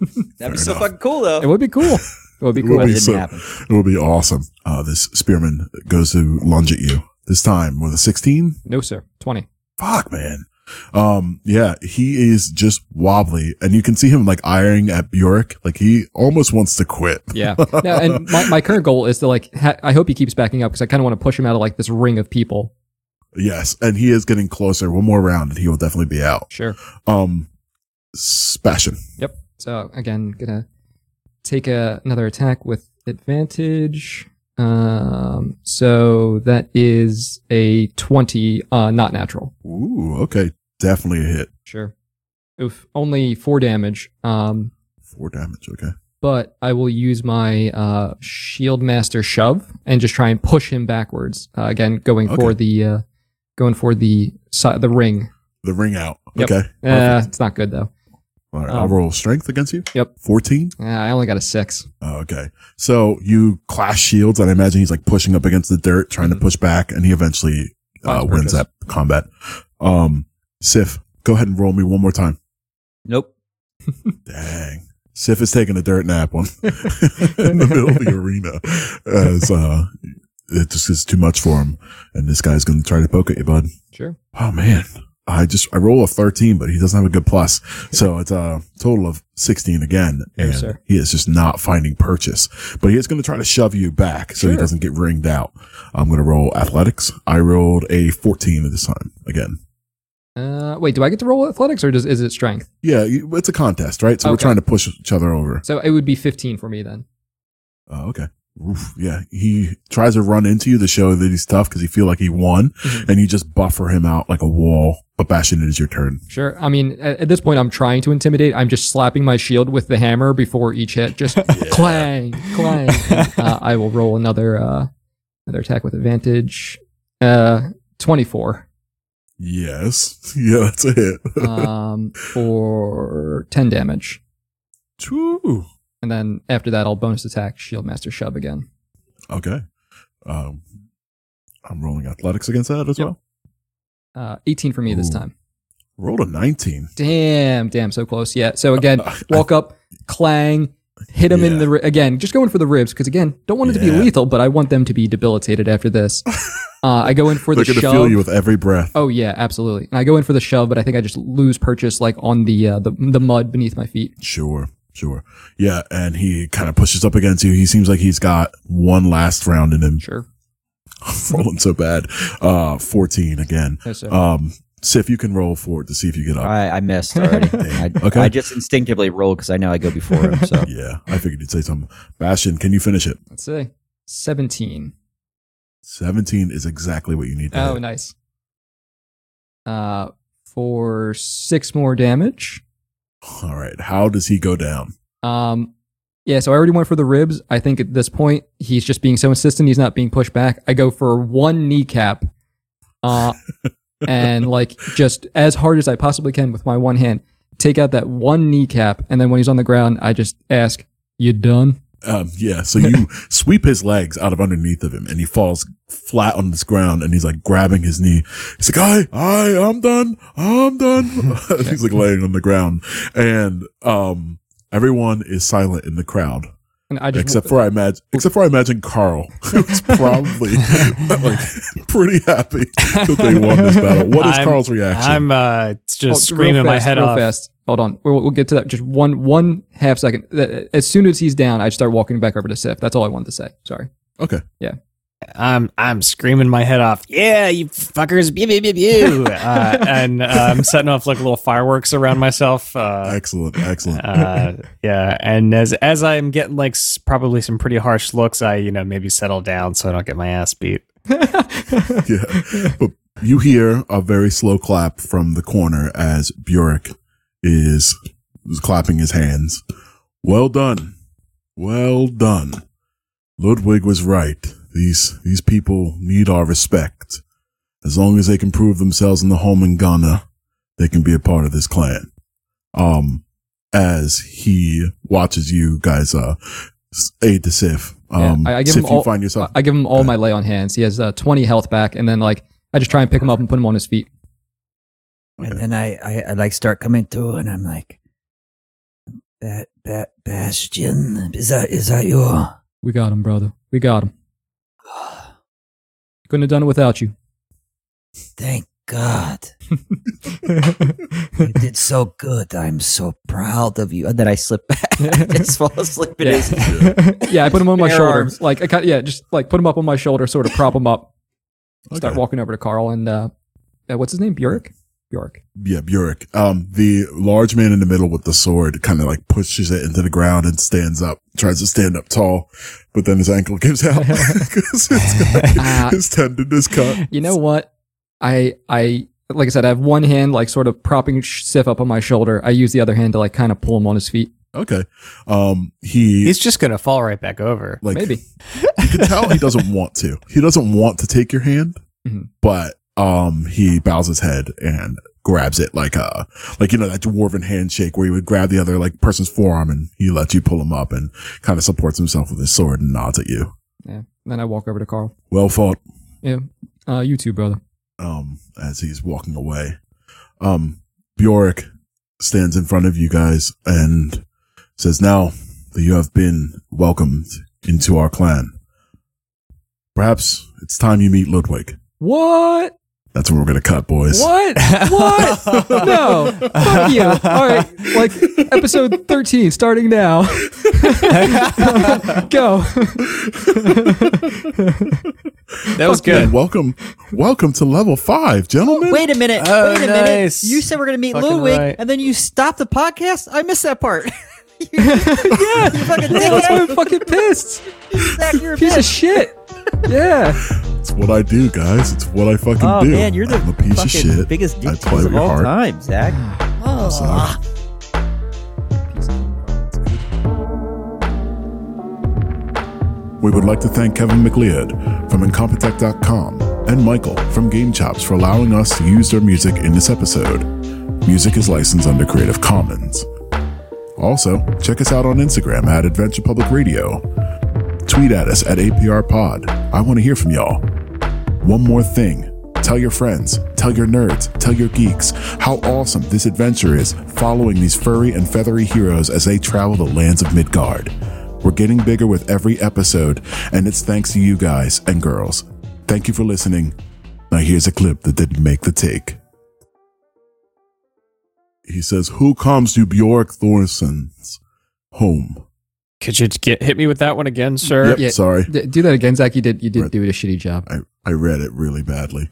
Speaker 3: That'd
Speaker 1: Fair
Speaker 3: be so
Speaker 1: enough.
Speaker 3: fucking cool though.
Speaker 4: It would be cool. It would be
Speaker 1: It would
Speaker 4: cool.
Speaker 1: (laughs)
Speaker 3: But
Speaker 1: be
Speaker 3: it didn't
Speaker 1: so-
Speaker 3: happen.
Speaker 1: It will be awesome. Uh, this spearman goes to lunge at you this time with a 16.
Speaker 4: No, sir. Twenty.
Speaker 1: Fuck, man. Um, yeah, he is just wobbly and you can see him like ironing at Bjork. Like he almost wants to quit.
Speaker 4: Yeah.
Speaker 1: (laughs)
Speaker 4: No, and my, my current goal is to like. Ha- I hope he keeps backing up because I kind of want to push him out of like this ring of people.
Speaker 1: Yes. And he is getting closer. One more round and he will definitely be out.
Speaker 4: Sure.
Speaker 1: Um, Spashin.
Speaker 4: Yep. So again, gonna take a, another attack with advantage. Um. So that is a twenty. Uh, not natural.
Speaker 1: Ooh, okay. Definitely a hit.
Speaker 4: Sure. Oof. Only four damage. Um.
Speaker 1: Four damage. Okay.
Speaker 4: but I will use my uh, shield master shove and just try and push him backwards. Uh, again, going for
Speaker 1: Okay.
Speaker 4: the uh, going for the si- the ring.
Speaker 1: The ring out.
Speaker 4: Yep.
Speaker 1: Okay.
Speaker 4: Uh,
Speaker 1: Perfect.
Speaker 4: it's not good though.
Speaker 1: All right. I'll
Speaker 4: um,
Speaker 1: roll strength against you.
Speaker 4: yep.
Speaker 1: 14.
Speaker 4: Uh, I only got a six.
Speaker 1: Oh, okay. So you clash shields, and I imagine he's like pushing up against the dirt, trying to push back, and he eventually uh, wins
Speaker 4: Finds Mm-hmm. purchase.
Speaker 1: that combat. Um, Sif, go ahead and roll me one more time.
Speaker 3: Nope.
Speaker 1: Dang. Sif is taking a dirt nap on (laughs) in the middle of the arena as uh, it just is too much for him. And this guy's going to try to poke at you, bud.
Speaker 4: Sure.
Speaker 1: Oh man, I just I roll a thirteen, but he doesn't have a good plus, so it's a total of sixteen again.
Speaker 4: Yes,
Speaker 1: and
Speaker 4: sir.
Speaker 1: He is just not finding purchase, but he is going to try to shove you back so he
Speaker 4: Sure.
Speaker 1: doesn't get ringed out. I'm going to roll athletics. I rolled a fourteen this time again.
Speaker 4: Uh, wait, do I get to roll athletics or does is it strength?
Speaker 1: Yeah, you- it's a contest, right? So we're
Speaker 4: Okay.
Speaker 1: trying to push each other over.
Speaker 4: So it would be fifteen for me then.
Speaker 1: Oh, okay. Oof, yeah, he tries to run into you to show that he's tough because he feel like he won,
Speaker 4: Mhm.
Speaker 1: and you just buffer him out like a wall. But Bastion, it is your turn.
Speaker 4: Sure. I mean, at, at this point, I'm trying to intimidate. I'm just slapping my shield with the hammer before each hit. Just clang, clang. And, uh, I will roll another uh, another attack with advantage. Uh, Twenty four.
Speaker 1: Yes. (laughs) Yeah, that's a hit.
Speaker 4: um, for 10 damage.
Speaker 1: Two.
Speaker 4: And then after that, I'll bonus attack Shield Master Shove again.
Speaker 1: Okay. Um, I'm rolling athletics against that as
Speaker 4: Yep.
Speaker 1: well.
Speaker 4: Uh, 18 for me this
Speaker 1: Ooh.
Speaker 4: time.
Speaker 1: Rolled a 19.
Speaker 4: Damn, damn, so close. Yeah. So
Speaker 1: (laughs)
Speaker 4: again,
Speaker 1: Uh,
Speaker 4: walk up, clang, hit him in
Speaker 1: Yeah.
Speaker 4: the ri- again. Just going for the ribs because again, don't want it to be
Speaker 1: Yeah.
Speaker 4: lethal, but I want them to be debilitated
Speaker 1: (laughs)
Speaker 4: after this. Uh, I go in for
Speaker 1: They're
Speaker 4: the
Speaker 1: going to
Speaker 4: shove.
Speaker 1: feel you with every breath.
Speaker 4: Oh yeah, absolutely. And I go in for the shove, but I think I just lose purchase like on the uh, the, the mud beneath my feet.
Speaker 1: Sure. Sure. Yeah. And he kind of pushes up against you. He seems like he's got one last round in him. (laughs)
Speaker 4: Sure.
Speaker 1: Rolling so bad. Uh, 14 again.
Speaker 4: No, sir.
Speaker 1: Um, Sif, you can roll forward to see if you get up.
Speaker 3: I, I missed
Speaker 1: (laughs)
Speaker 3: already. I,
Speaker 1: Oh. Okay.
Speaker 3: I just instinctively rolled because I know I go before him. So
Speaker 1: Yeah. I figured you'd say something. Bastion, can you finish it?
Speaker 4: Let's see. 17.
Speaker 1: 17 is exactly what you need to
Speaker 4: Oh,
Speaker 1: hit.
Speaker 4: nice. Uh, for six more damage.
Speaker 1: All right. How does he go down?
Speaker 4: Um, yeah, so I already went for the ribs. I think at this point, he's just being so insistent, he's not being pushed back. I go for one kneecap,
Speaker 5: (laughs)
Speaker 4: uh, and like just as hard as I possibly can with my one hand, take out that one kneecap, and then when he's on the ground, I just ask, "You done?"
Speaker 1: Um, yeah. So
Speaker 5: (laughs)
Speaker 1: you sweep his legs out of underneath of him and he falls flat on this ground and he's like grabbing his knee. He's like, I, I, I'm done. I'm done. (laughs) he's like laying on the ground and, um, everyone is silent in the crowd.
Speaker 4: And I just
Speaker 1: Except for I imagine, except for I imagine Carl, (laughs) who's probably (laughs) like pretty happy that they won this battle. What is
Speaker 5: I'm-
Speaker 1: Carl's reaction?
Speaker 5: I'm uh, just
Speaker 4: Oh, real
Speaker 5: screaming my
Speaker 4: fast,
Speaker 5: head
Speaker 4: real
Speaker 5: off.
Speaker 4: Fast. Hold on, we'll, we'll get to that. Just one one half second. Uh, As soon as he's down, I start walking back over to Sif. That's all I wanted to say. Sorry.
Speaker 1: okay.
Speaker 5: I'm I'm screaming my head off. Yeah, you fuckers! Pew, pew, pew,
Speaker 4: (laughs)
Speaker 5: pew. uh, and uh, I'm setting off like little fireworks around myself. Uh,
Speaker 1: Excellent. Excellent.
Speaker 5: uh, yeah, and as as I'm getting like s- probably some pretty harsh looks, I you know maybe settle down so I don't get my ass beat.
Speaker 1: (laughs) yeah. But you hear a very slow clap from the corner as Burek is is clapping his hands. Well done. Well done. Ludwig was right. These these people need our respect. As long as they can prove themselves in the home in Ghana, they can be a part of this clan. Um as he watches you guys uh s- aid to Sif.
Speaker 4: Yeah,
Speaker 1: Um
Speaker 4: I- I give
Speaker 1: Sif,
Speaker 4: him
Speaker 1: you
Speaker 4: all-
Speaker 1: find yourself
Speaker 4: I give him all my lay on hands. He has uh, 20 health back, and then like I just try and pick him up and put him on his feet.
Speaker 6: And then I, I, I like start coming through, and I'm like, "That that Bastion is that is that you?
Speaker 4: We got him, brother. We got him. Couldn't have done it without (laughs) you.
Speaker 6: Thank God, you did so good. I'm so proud of you." And then I slip (laughs) back, just fall asleep. in his-
Speaker 4: yeah, I put him on my
Speaker 3: Bare
Speaker 4: shoulder.
Speaker 3: arms.
Speaker 4: Like I kind yeah, just like put him up on my shoulder, sort of prop him (laughs) up. Start
Speaker 1: Okay.
Speaker 4: walking over to Carl and uh, uh what's his name? Bjork. Bjork.
Speaker 1: Yeah, Burek. Um, the large man in the middle with the sword kind of like pushes it into the ground and stands up, tries to stand up tall, but then his ankle (laughs) gives
Speaker 4: (laughs)
Speaker 1: out because
Speaker 4: Ah.
Speaker 1: his tendon is cut.
Speaker 4: You know what? I I like I said, I have one hand like sort of propping Sh- Sif up on my shoulder. I use the other hand to like kind of pull him on his feet.
Speaker 1: Okay. Um, he
Speaker 5: He's just gonna fall right back over.
Speaker 1: like
Speaker 4: Maybe.
Speaker 1: you can tell he
Speaker 4: (laughs)
Speaker 1: doesn't want to. He doesn't want to take your hand,
Speaker 4: Mhm.
Speaker 1: but um, he bows his head and grabs it like a like you know that dwarven handshake where he would grab the other like person's forearm and he lets you pull him up and kind of supports himself with his sword and nods at you.
Speaker 4: Yeah. And then I walk over to Carl.
Speaker 1: Well fought.
Speaker 4: Yeah. Uh, you too, brother.
Speaker 1: um, as he's walking away. Um, Bjork stands in front of you guys and says, now that you have been welcomed into our clan, perhaps it's time you meet Ludwig.
Speaker 4: What?
Speaker 1: That's where we're going to cut, boys.
Speaker 4: What? What? no. Fuck you. All right. Like episode 13 starting now. (laughs) Go.
Speaker 5: That was
Speaker 1: And
Speaker 5: good.
Speaker 1: welcome, welcome to level five, gentlemen.
Speaker 3: Wait a minute.
Speaker 5: Oh,
Speaker 3: wait a
Speaker 5: nice.
Speaker 3: minute. You said we're going to meet
Speaker 5: Fucking
Speaker 3: Ludwig,
Speaker 5: right.
Speaker 3: and then you stopped the podcast? I missed that
Speaker 6: (laughs)
Speaker 3: part. yeah. You fucking
Speaker 4: That's why
Speaker 3: dickhead.
Speaker 4: I'm fucking pissed.
Speaker 3: Zach, you're a
Speaker 4: Piece of
Speaker 3: bitch.
Speaker 4: shit. Yeah.
Speaker 1: It's what I do, guys. It's what I fucking
Speaker 3: Oh,
Speaker 1: do.
Speaker 3: man. You're the
Speaker 1: I'm a piece
Speaker 3: fucking
Speaker 1: of shit.
Speaker 3: biggest
Speaker 1: I
Speaker 3: dick
Speaker 1: play with
Speaker 3: of
Speaker 1: your
Speaker 3: all
Speaker 1: heart.
Speaker 3: time, Zach.
Speaker 1: So- We would like to thank Kevin McLeod from Incompetech.com and Michael from Game Chops for allowing us to use their music in this episode. Music is licensed under Creative Commons. Also, check us out on Instagram at Adventure Public Radio. Tweet at us at APR Pod. I want to hear from y'all. One more thing. Tell your friends, tell your nerds, tell your geeks how awesome this adventure is following these furry and feathery heroes as they travel the lands of Midgard. We're getting bigger with every episode, and it's thanks to you guys and girls. Thank you for listening. Now, here's a clip that didn't make the take. He says, Who comes to Bjork Thorson's home?
Speaker 5: Could you get, hit me with that one again, sir?
Speaker 1: Yep,
Speaker 4: Yeah.
Speaker 1: sorry.
Speaker 4: D- do that again, Zach. You did. You did
Speaker 1: Right.
Speaker 4: do a shitty job.
Speaker 1: I, I read it really badly.